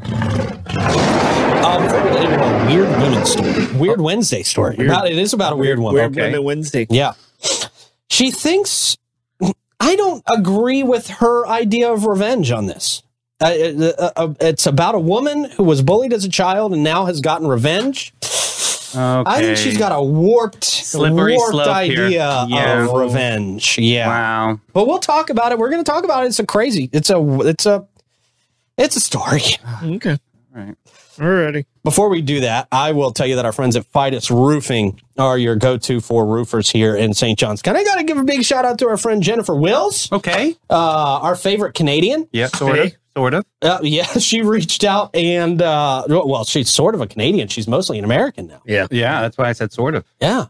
Um, a weird women's story, weird Wednesday story. About- it is about a weird woman.
Weird
Okay.
Women Wednesday.
Yeah. She thinks I don't agree with her idea of revenge on this. Uh, uh, uh, uh, it's about a woman who was bullied as a child and now has gotten revenge.
Okay.
I think she's got a warped,
Slippery
warped
slope here.
idea
Yeah.
of revenge. Yeah.
Wow.
But we'll talk about it. We're going to talk about it. It's a crazy. It's a. It's a. It's a story.
Okay.
All right.
Alrighty.
Before we do that, I will tell you that our friends at Fidus Roofing are your go-to for roofers here in St. John's. Can I got to give a big shout out to our friend Jennifer Wills,
Okay.
uh, our favorite Canadian.
Yeah. Sort
Okay.
of. Sort of.
Uh, yeah, she reached out and uh, well, she's sort of a Canadian. She's mostly an American now.
Yeah. That's why I said sort of.
Yeah.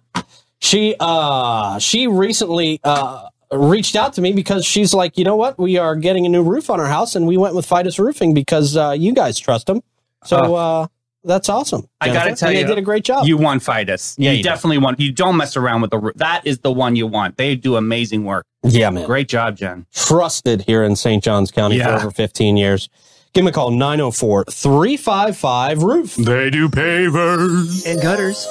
She uh she recently uh reached out to me because she's like, "You know what? We are getting a new roof on our house and we went with Fidus Roofing because uh you guys trust them." So uh that's awesome.
I gotta
Jennifer.
tell
And
you-
they did a great job.
You want Fidus.
Yeah,
you,
you do.
definitely want. You don't mess around with the. ru- That is the one you want. They do amazing work.
yeah, man.
Great job, Jen.
Trusted here in St. John's County
Yeah.
for over 15 years. Give me a call 904-355-ROOF.
They do pavers.
And gutters.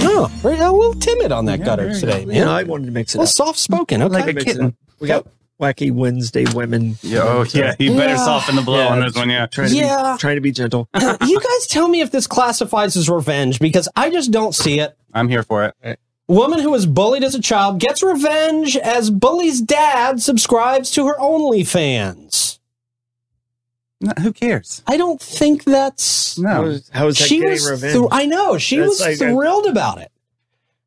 Oh, we're a little timid on that gutter
very
today, man.
You know, I wanted to mix
a
it
little
up.
soft spoken. Okay.
Like a
Mix it
kitten.
up. We got wacky Wednesday women.
Yeah. Oh, yeah. You
Yeah.
better soften the blow
Yeah.
on this one. Yeah.
Trying to
Yeah.
be trying to be gentle.
you guys tell me if this classifies as revenge because I just don't see it.
I'm here for it.
Woman who was bullied as a child gets revenge as bully's dad subscribes to her OnlyFans.
No, who cares?
I don't think that's.
How
No.
is, how is that
She
getting
was.
revenge?
thr- I know she
That's
was
like a-
thrilled about it.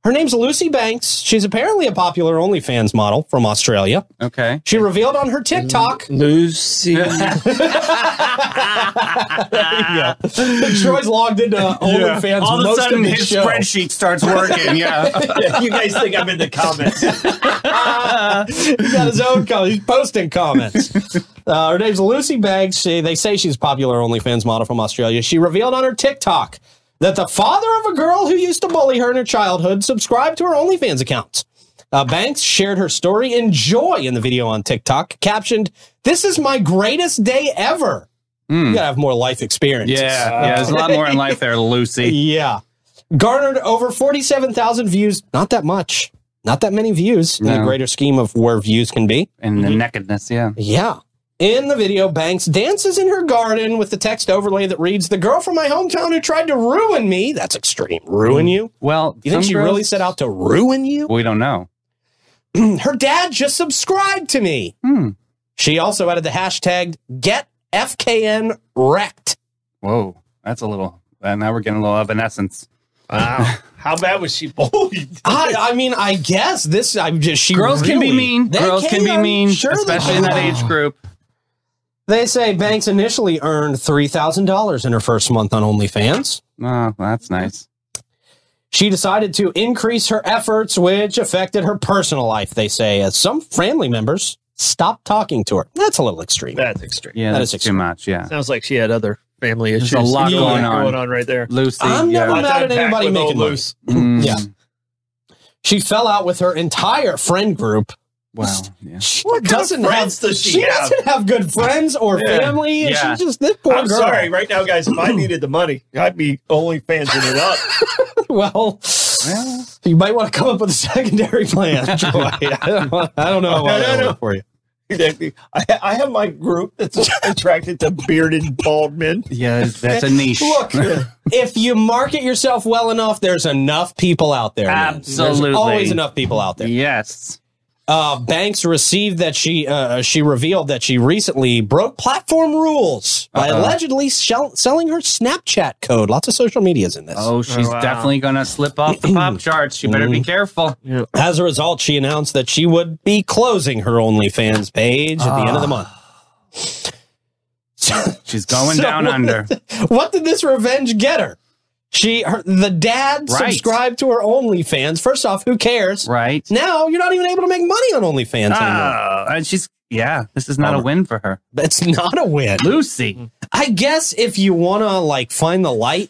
Her name's Lucy Banks. She's apparently a popular OnlyFans model from Australia.
Okay. Mm.
She revealed on her TikTok.
Lucy.
yeah. Troy's logged into OnlyFans.
All of a
most
sudden,
of the
his
show.
spreadsheet starts working. Yeah.
you guys think I'm in the comments?
He's got his own comments. He's posting comments. Uh, her name's Lucy Banks. She, they say she's a popular OnlyFans model from Australia. She revealed on her TikTok that the father of a girl who used to bully her in her childhood subscribed to her OnlyFans account. Uh, Banks shared her story in joy in the video on TikTok, captioned, This is my greatest day ever. You gotta have more life experience.
Hmm. Yeah,
uh,
yeah. There's a lot more in life there, Lucy.
Yeah. Garnered over 47,000 views. Not that much. Not that many views in the
No.
greater scheme of where views can be.
And the nakedness, yeah.
Yeah. In the video, Banks dances in her garden with the text overlay that reads, The girl from my hometown who tried to ruin me. That's extreme. Ruin you?
Well,
You think
Mm. some
she
girls-
really set out to ruin you?
We don't know.
Her dad just subscribed to me.
Hmm.
She also added the hashtag get FKN wrecked.
Whoa, that's a little. Uh, now we're getting a little evanescence.
Wow. How bad was she bullied?
I, I mean, I guess this. I'm just she.
Girls can be
really-
mean.
They
Girls can, be mean,
Sure, they
especially in that
can.
age group.
They say Banks initially earned three thousand dollars in her first month on OnlyFans.
Oh, well, that's nice.
She decided to increase her efforts, which affected her personal life, they say, as some family members stopped talking to her. That's a little extreme.
That's extreme.
Yeah,
That
that's
is
too much. Yeah,
Sounds like she had other family
There's
issues.
a lot
Yeah.
going on.
right there.
Lucy.
I'm
yeah.
never mad at
Unpack
anybody
with old
making money.
Luce.
Mm,
Yeah. She fell out with her entire friend group.
Wow. Yeah.
She
What kind of friends does she have?
doesn't have good friends or
Yeah.
family. and
Yeah.
She just this poor
I'm
girl.
sorry, right now, guys. If I needed the money, I'd be only fansing it up.
Well,
Well,
you might want to come up with a secondary plan, Joy. I don't- I don't know.
No, no, no.
For you.
I, I have my group that's attracted to bearded bald men.
yeah, that's, that's a niche.
Look, if you market yourself well enough, there's enough people out there. man. There's
Absolutely.
always enough people out there.
yes.
Uh, Banks received that she uh, she revealed that she recently broke platform rules by
Uh-oh.
allegedly shell- selling her Snapchat code. Lots of social medias in this.
Oh, she's
wow.
definitely gonna slip off the pop charts. She better be careful.
As a result, she announced that she would be closing her OnlyFans page at the end of the month.
She's going
So
down
what-
under.
What did this revenge get her? She, her, the dad
Right.
subscribed to her OnlyFans. First off, who cares?
Right.
Now you're not even able to make money on OnlyFans anymore.
Oh, and she's yeah. This is not a win for her,
That's not a win.
Lucy.
I guess if you want to like find the light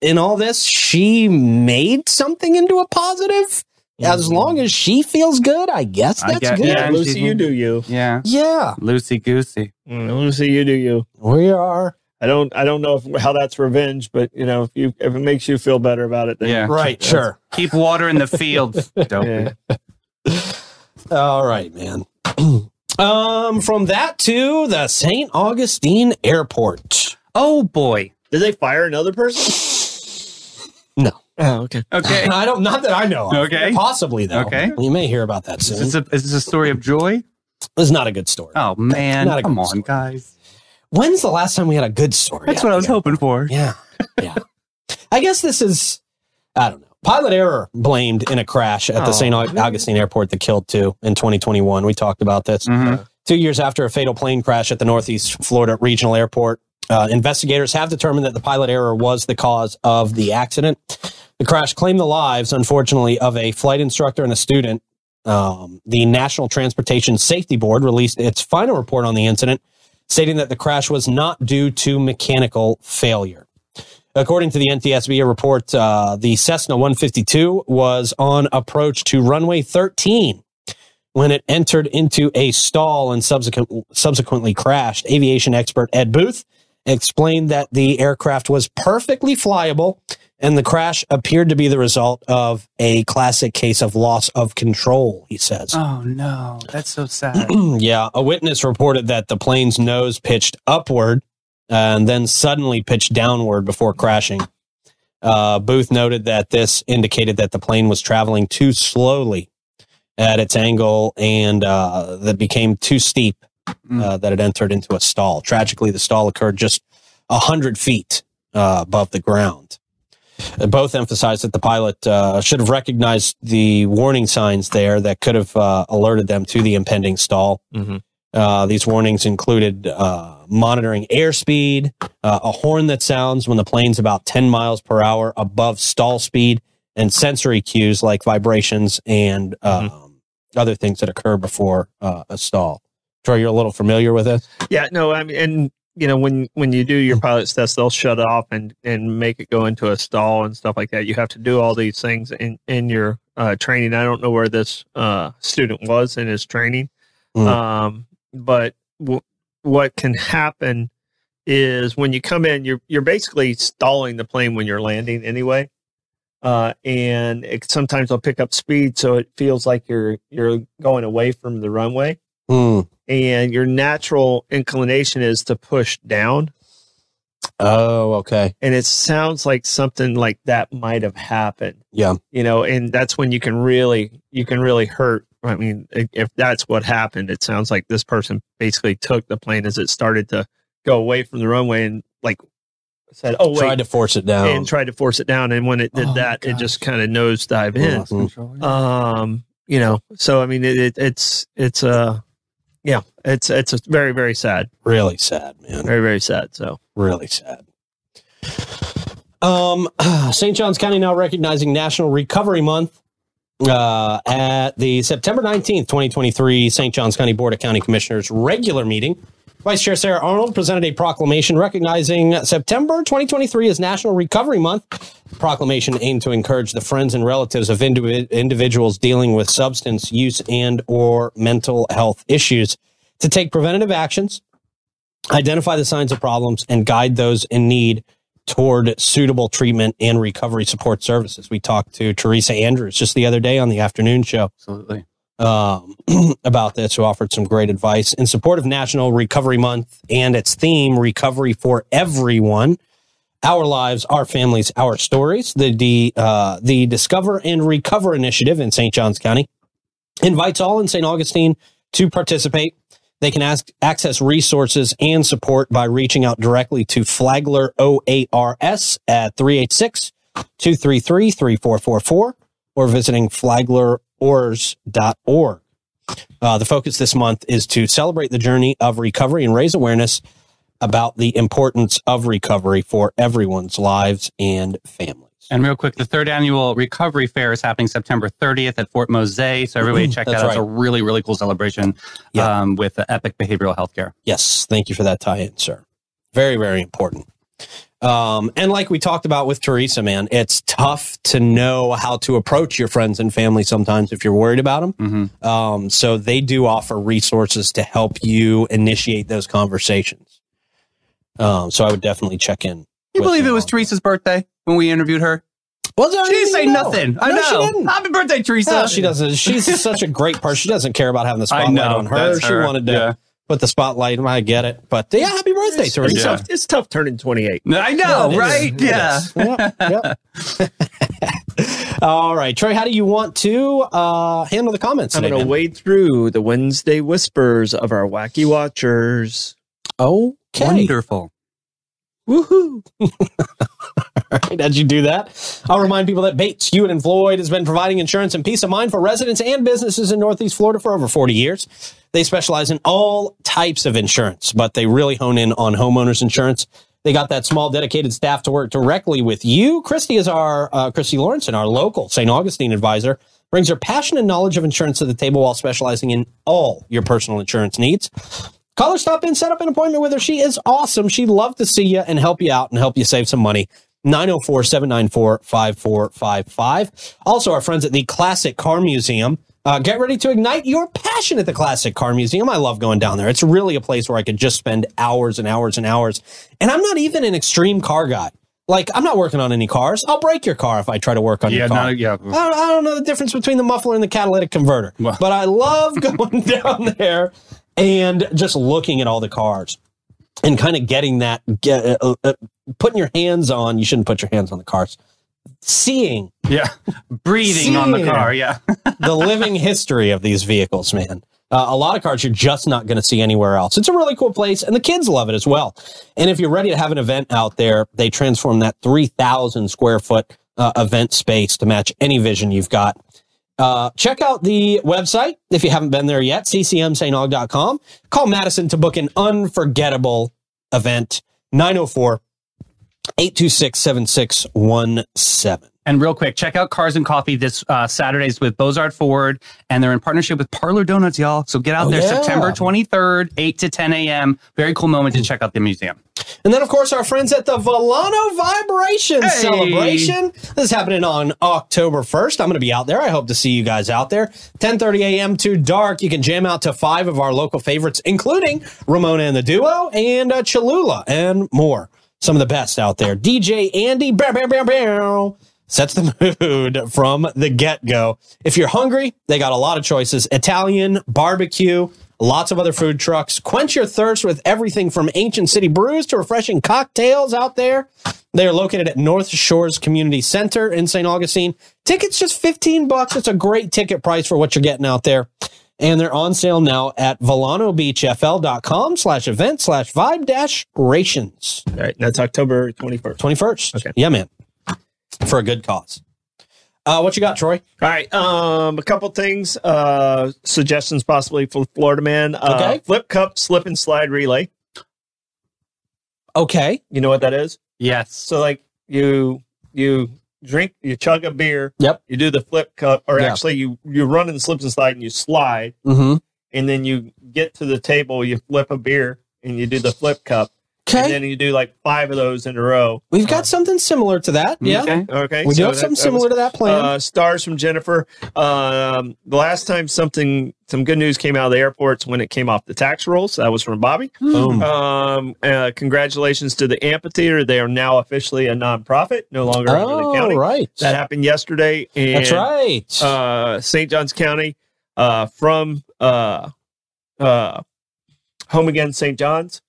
in all this, she made something into a positive. As long as she feels good, I guess
Mm. I
that's
get-
good.
yeah.
Yeah.
Lucy, you do you.
Yeah, Lucy Goosey.
Lucy, you do you.
we are
I don't. I don't know if, how that's revenge, but you know, if you if it makes you feel better about it, then
Yeah,
right. Sure.
Keep water in the field. Dope.
Yeah.
All right, man. um, from that to the St. Augustine Airport.
Oh boy.
Did they fire another person?
No,
Oh, okay.
Okay.
I don't. Not that I know. of.
Okay.
Possibly though.
Okay.
You may hear about that
Is
soon.
this, a, is this a story of joy?
It's not a good story.
Oh man,
Not a
come
good
on,
story.
guys.
When's the last time we had a good story?
That's what I was
Yeah.
hoping for.
Yeah. Yeah. I guess this is, I don't know. Pilot error blamed in a crash at the
Oh,
St. Aug- Augustine airport that killed two in 2021. We talked about this.
Mhm.
Two years after a fatal plane crash at the Northeast Florida Regional Airport, uh, investigators have determined that the pilot error was the cause of the accident. The crash claimed the lives, unfortunately, of a flight instructor and a student. Um, the National Transportation Safety Board released its final report on the incident, stating that the crash was not due to mechanical failure. According to the NTSB a report, uh, the Cessna 152 was on approach to runway 13 when it entered into a stall and subsequent, subsequently crashed. Aviation expert Ed Booth explained that the aircraft was perfectly flyable and the crash appeared to be the result of a classic case of loss of control, he says.
Oh no, that's so sad.
yeah, a witness reported that the plane's nose pitched upward and then suddenly pitched downward before crashing. Uh, Booth noted that this indicated that the plane was traveling too slowly at its angle and uh, that became too steep uh, that it entered into a stall. Tragically, the stall occurred just 100 feet uh, above the ground. Uh, Both emphasized that the pilot uh, should have recognized the warning signs there that could have uh, alerted them to the impending stall.
Mhm.
Uh, these warnings included uh, monitoring airspeed, uh, a horn that sounds when the plane's about 10 miles per hour above stall speed, and sensory cues like vibrations and
Mm-hmm.
um, other things that occur before uh, a stall. Troy, you're a little familiar with this.
Yeah. No. I mean, and you know, when when you do your pilot's test, they'll shut it off and and make it go into a stall and stuff like that. You have to do all these things in in your uh, training. I don't know where this uh, student was in his training,
Mm.
um, but w- what can happen is when you come in, you're you're basically stalling the plane when you're landing anyway. Uh, and it, sometimes they'll pick up speed, so it feels like you're you're going away from the runway and your natural inclination is to push down.
Oh, okay.
And it sounds like something like that might have happened,
Yeah.
you know, and that's when you can really, you can really hurt. I mean, i- if that's what happened, it sounds like this person basically took the plane as it started to go away from the runway and like said, oh, wait,
Tried to force it down.
and tried to force it down. And when it did
Oh, my
that, it
gosh.
just kind of nosedive in.
Lost
control.
um you know so i mean it, it it's it's uh yeah it's it's very very sad
really sad, man.
very very sad so
Really sad. Um, St. John's County now recognizing National Recovery Month uh, at the September 19th, 2023 St. John's County Board of County Commissioners regular meeting. Vice Chair Sarah Arnold presented a proclamation recognizing September 2023 as National Recovery Month. The proclamation aimed to encourage the friends and relatives of indivi- individuals dealing with substance use and or mental health issues to take preventative actions identify the signs of problems and guide those in need toward suitable treatment and recovery support services. We talked to Teresa Andrews just the other day on the afternoon show
Absolutely.
um, about this, who offered some great advice in support of National Recovery Month and its theme, Recovery for Everyone. Our lives, our families, our stories. The the, uh, the Discover and Recover initiative in St. Johns County invites all in St. Augustine to participate. They can ask, access resources and support by reaching out directly to Flagler OARS at 386 233 3444 or visiting flaglerors.org. Uh, the focus this month is to celebrate the journey of recovery and raise awareness about the importance of recovery for everyone's lives and families.
And real quick, the third annual recovery fair is happening September 30th at Fort Mose. So everybody check that
That's
out. It's a
right.
really, really cool celebration
Yeah.
um, with the Epic Behavioral Healthcare.
Yes, thank you for that tie-in, sir. Very, very important. Um, and like we talked about with Teresa, man, it's tough to know how to approach your friends and family sometimes if you're worried about them.
Mm-hmm.
Um, so they do offer resources to help you initiate those conversations. Um, so I would definitely check in.
You
with
believe
them
it was
on-
Teresa's birthday when we interviewed her?
Well, Oh, no,
She didn't say
no.
nothing. I
No,
know.
she didn't.
Happy birthday, Teresa.
No, she doesn't. She's such a great person. She doesn't care about having the
I
spotlight
know.
on her.
That's
She wanted to
Yeah.
put the spotlight. on- I get it. But yeah, happy birthday,
It's,
Teresa.
it's tough, it's tough turning 28.
I
Yeah,
know,
it
Oh, right?
is. It
Yeah.
is. Yep, yep. All right, Troy. How do you want to uh, handle the comments
I'm
today?
going to
man?
wade through the Wednesday whispers of our wacky watchers.
Okay.
Wonderful.
Woohoo!
Right, as you do that, I'll remind people that Bates, Hewitt, and Floyd has been providing insurance and peace of mind for residents and businesses in Northeast Florida for over 40 years. They specialize in all types of insurance, but they really hone in on homeowners insurance. They got that small, dedicated staff to work directly with you. Christy is our uh, Christy Lawrence, and our local St. Augustine advisor, brings her passion and knowledge of insurance to the table while specializing in all your personal insurance needs. Call her, stop in, set up an appointment with her. She is awesome. She'd love to see you and help you out and help you save some money. 904 794 5455. Also, our friends at the Classic Car Museum. Uh, get ready to ignite your passion at the Classic Car Museum. I love going down there. It's really a place where I could just spend hours and hours and hours. And I'm not even an extreme car guy. Like, I'm not working on any cars. I'll break your car if I try to work on
Yeah,
your car.
not, yeah.
I don't, I don't know the difference between the muffler and the catalytic converter,
Well-
but I love going down there and just looking at all the cars and kind of getting that, get, uh, uh, putting your hands on. You shouldn't put your hands on the cars. Seeing
Yeah. Breathing on the
Seeing.
car. Yeah.
the living history of these vehicles, man. Uh, a lot of cars you're just not going to see anywhere else. It's a really cool place, and the kids love it as well. And if you're ready to have an event out there, they transform that 3,000 square foot uh, event space to match any vision you've got. Uh, check out the website if you haven't been there yet, ccmstaug.com. Call Madison to book an unforgettable event, 904 826 7617.
And real quick, check out Cars and Coffee this uh, Saturdays with Bozard Ford, and they're in partnership with Parlor Donuts, y'all. So get out
Oh,
there
yeah.
September 23rd, 8 to 10 a.m. Very cool moment to
Hmm.
check out the museum.
And then, of course, our friends at the Volano Vibration
Hey!
Celebration. This is happening on October 1st. I'm going to be out there. I hope to see you guys out there. 10.30 a.m. to dark. You can jam out to five of our local favorites, including Ramona and the Duo and uh, Cholula and more. Some of the best out there. DJ Andy bow, bow, bow, bow, sets the mood from the get-go. If you're hungry, they got a lot of choices. Italian, barbecue, Lots of other food trucks. Quench your thirst with everything from ancient city brews to refreshing cocktails out there. They are located at North Shores Community Center in St. Augustine. Tickets just 15 bucks. It's a great ticket price for what you're getting out there. And they're on sale now at volanobeachfl.com slash event slash vibe dash rations.
All right, that's October 21st.
21st.
Okay.
Yeah, man. For a good cause. Uh, what you got, Troy?
All right, um, a couple things, uh, suggestions possibly for Florida Man. Uh,
Okay.
Flip cup slip and slide relay.
Okay.
You know what that is?
Yes.
So like you you drink, you chug a beer.
Yep.
You do the flip cup, or
Yeah.
actually you you run in the slips and slide and you slide,
Mm-hmm.
and then you get to the table, you flip a beer, and you do the flip cup, and
Okay.
then you do like five of those in a row.
We've got something similar to that. Yeah.
Okay.
Okay,
We do
so
have
that-
something
that was
similar to Mm-hmm. that plan.
Uh, stars from Jennifer. Um, the last time something, some good news came out of the airports when it came off the tax rolls. That was from Bobby.
Boom.
Um, uh, congratulations to the amphitheater. They are now officially a nonprofit, no longer
oh,
Everly County.
right.
That happened yesterday. And,
That's right.
Uh, St. John's County uh, from uh, uh, Home Again St. John's.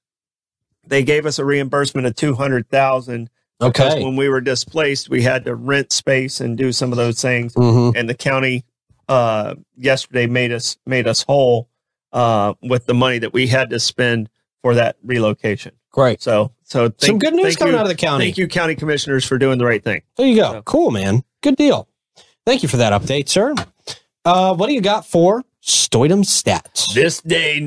They gave us a reimbursement of two hundred thousand because
okay.
when we were displaced, we had to rent space and do some of those things
Mm-hmm.
and the county uh, yesterday made us made us whole uh, with the money that we had to spend for that relocation.
Great.
So so thank,
Some good news
thank
coming
you,
out of the county.
Thank you, county commissioners, for doing the right thing.
There you go.
So-
Cool, man. Good deal. Thank you for that update, sir. Uh, what do you got for Stoidum stats?
This day,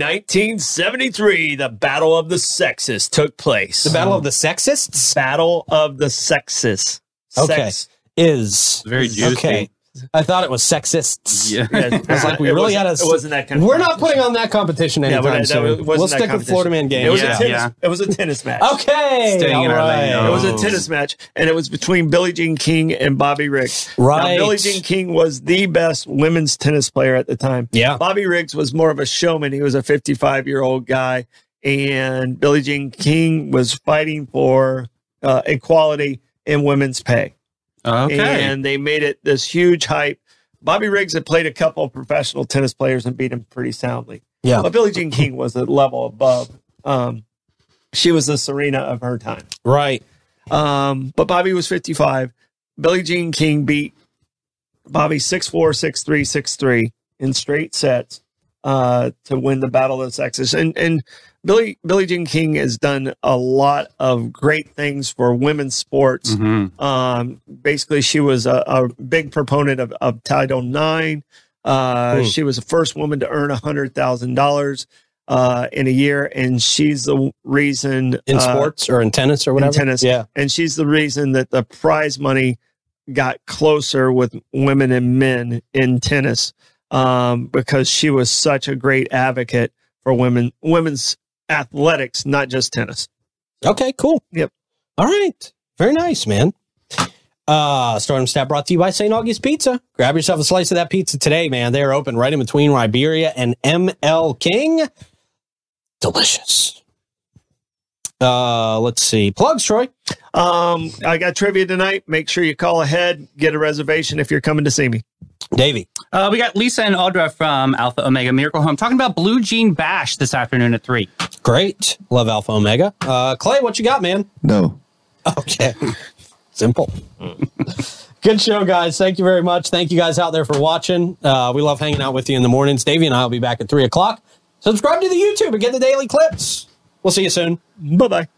1973, the Battle of the Sexes took place.
The Battle of the Sexists
Battle of the Sexes.
Okay.
Sex.
is
Very juicy.
okay. I thought it was sexists.
Yeah.
Yeah,
It's like we
it
really
wasn't-
had a-
It wasn't that kind of.
We're not putting on that competition
Yeah,
anytime
but that- that
soon.
wasn't
we'll
that
stick with
competition.
Florida Man
It
games.
was
Yeah.
a tennis.
yeah.
It was a tennis match.
Okay,
Staying in
all
our
right.
lane.
It was a
Oh.
tennis match, and it was between Billie Jean King and Bobby Riggs. Now,
right.
Billie Jean King was the best women's tennis player at the time.
Yeah,
Bobby Riggs was more of a showman. He was a 55 year old guy, and Billie Jean King was fighting for uh, equality in women's pay.
Okay.
And they made it this huge hype. Bobby Riggs had played a couple of professional tennis players and beat him pretty soundly.
Yeah.
But Billie Jean King was a level above. Um, she was the Serena of her time.
right.
Um, but Bobby was 55. Billie Jean King beat Bobby 6'4, 6'3, 6'3 in straight sets uh, to win the Battle of the Sexes. And and Billie, Billie Jean King has done a lot of great things for women's sports.
Mhm.
Um, basically, she was a, a big proponent of, of Title IX. Uh,
Hmm.
she was the first woman to earn $100,000 uh, in a year, and she's the reason
In
uh,
sports or in tennis or
in
whatever.
tennis.
Yeah.
and she's the reason that the prize money got closer with women and men in tennis um, because she was such a great advocate for women women's athletics, not just tennis.
Okay. Cool.
Yep.
All right. Very nice, man. Uh, Stardom Stat brought to you by St. Augie's Pizza. Grab yourself a slice of that pizza today, man. They're open right in between Riberia and ML King. Delicious. Uh, let's see. Plugs, Troy.
Um, I got trivia tonight. Make sure you call ahead, get a reservation if you're coming to see me.
Davey.
Uh, we got Lisa and Audra from Alpha Omega Miracle Home talking about Blue Jean Bash this afternoon at three.
Great. Love Alpha Omega. Uh, Clay, what you got, man?
No.
Okay. Simple. Mm. Good show, guys. Thank you very much. Thank you guys out there for watching. Uh, we love hanging out with you in the mornings. Davey and I will be back at 3 o'clock. Subscribe to the YouTube and get the daily clips. We'll see you soon.
Bye bye.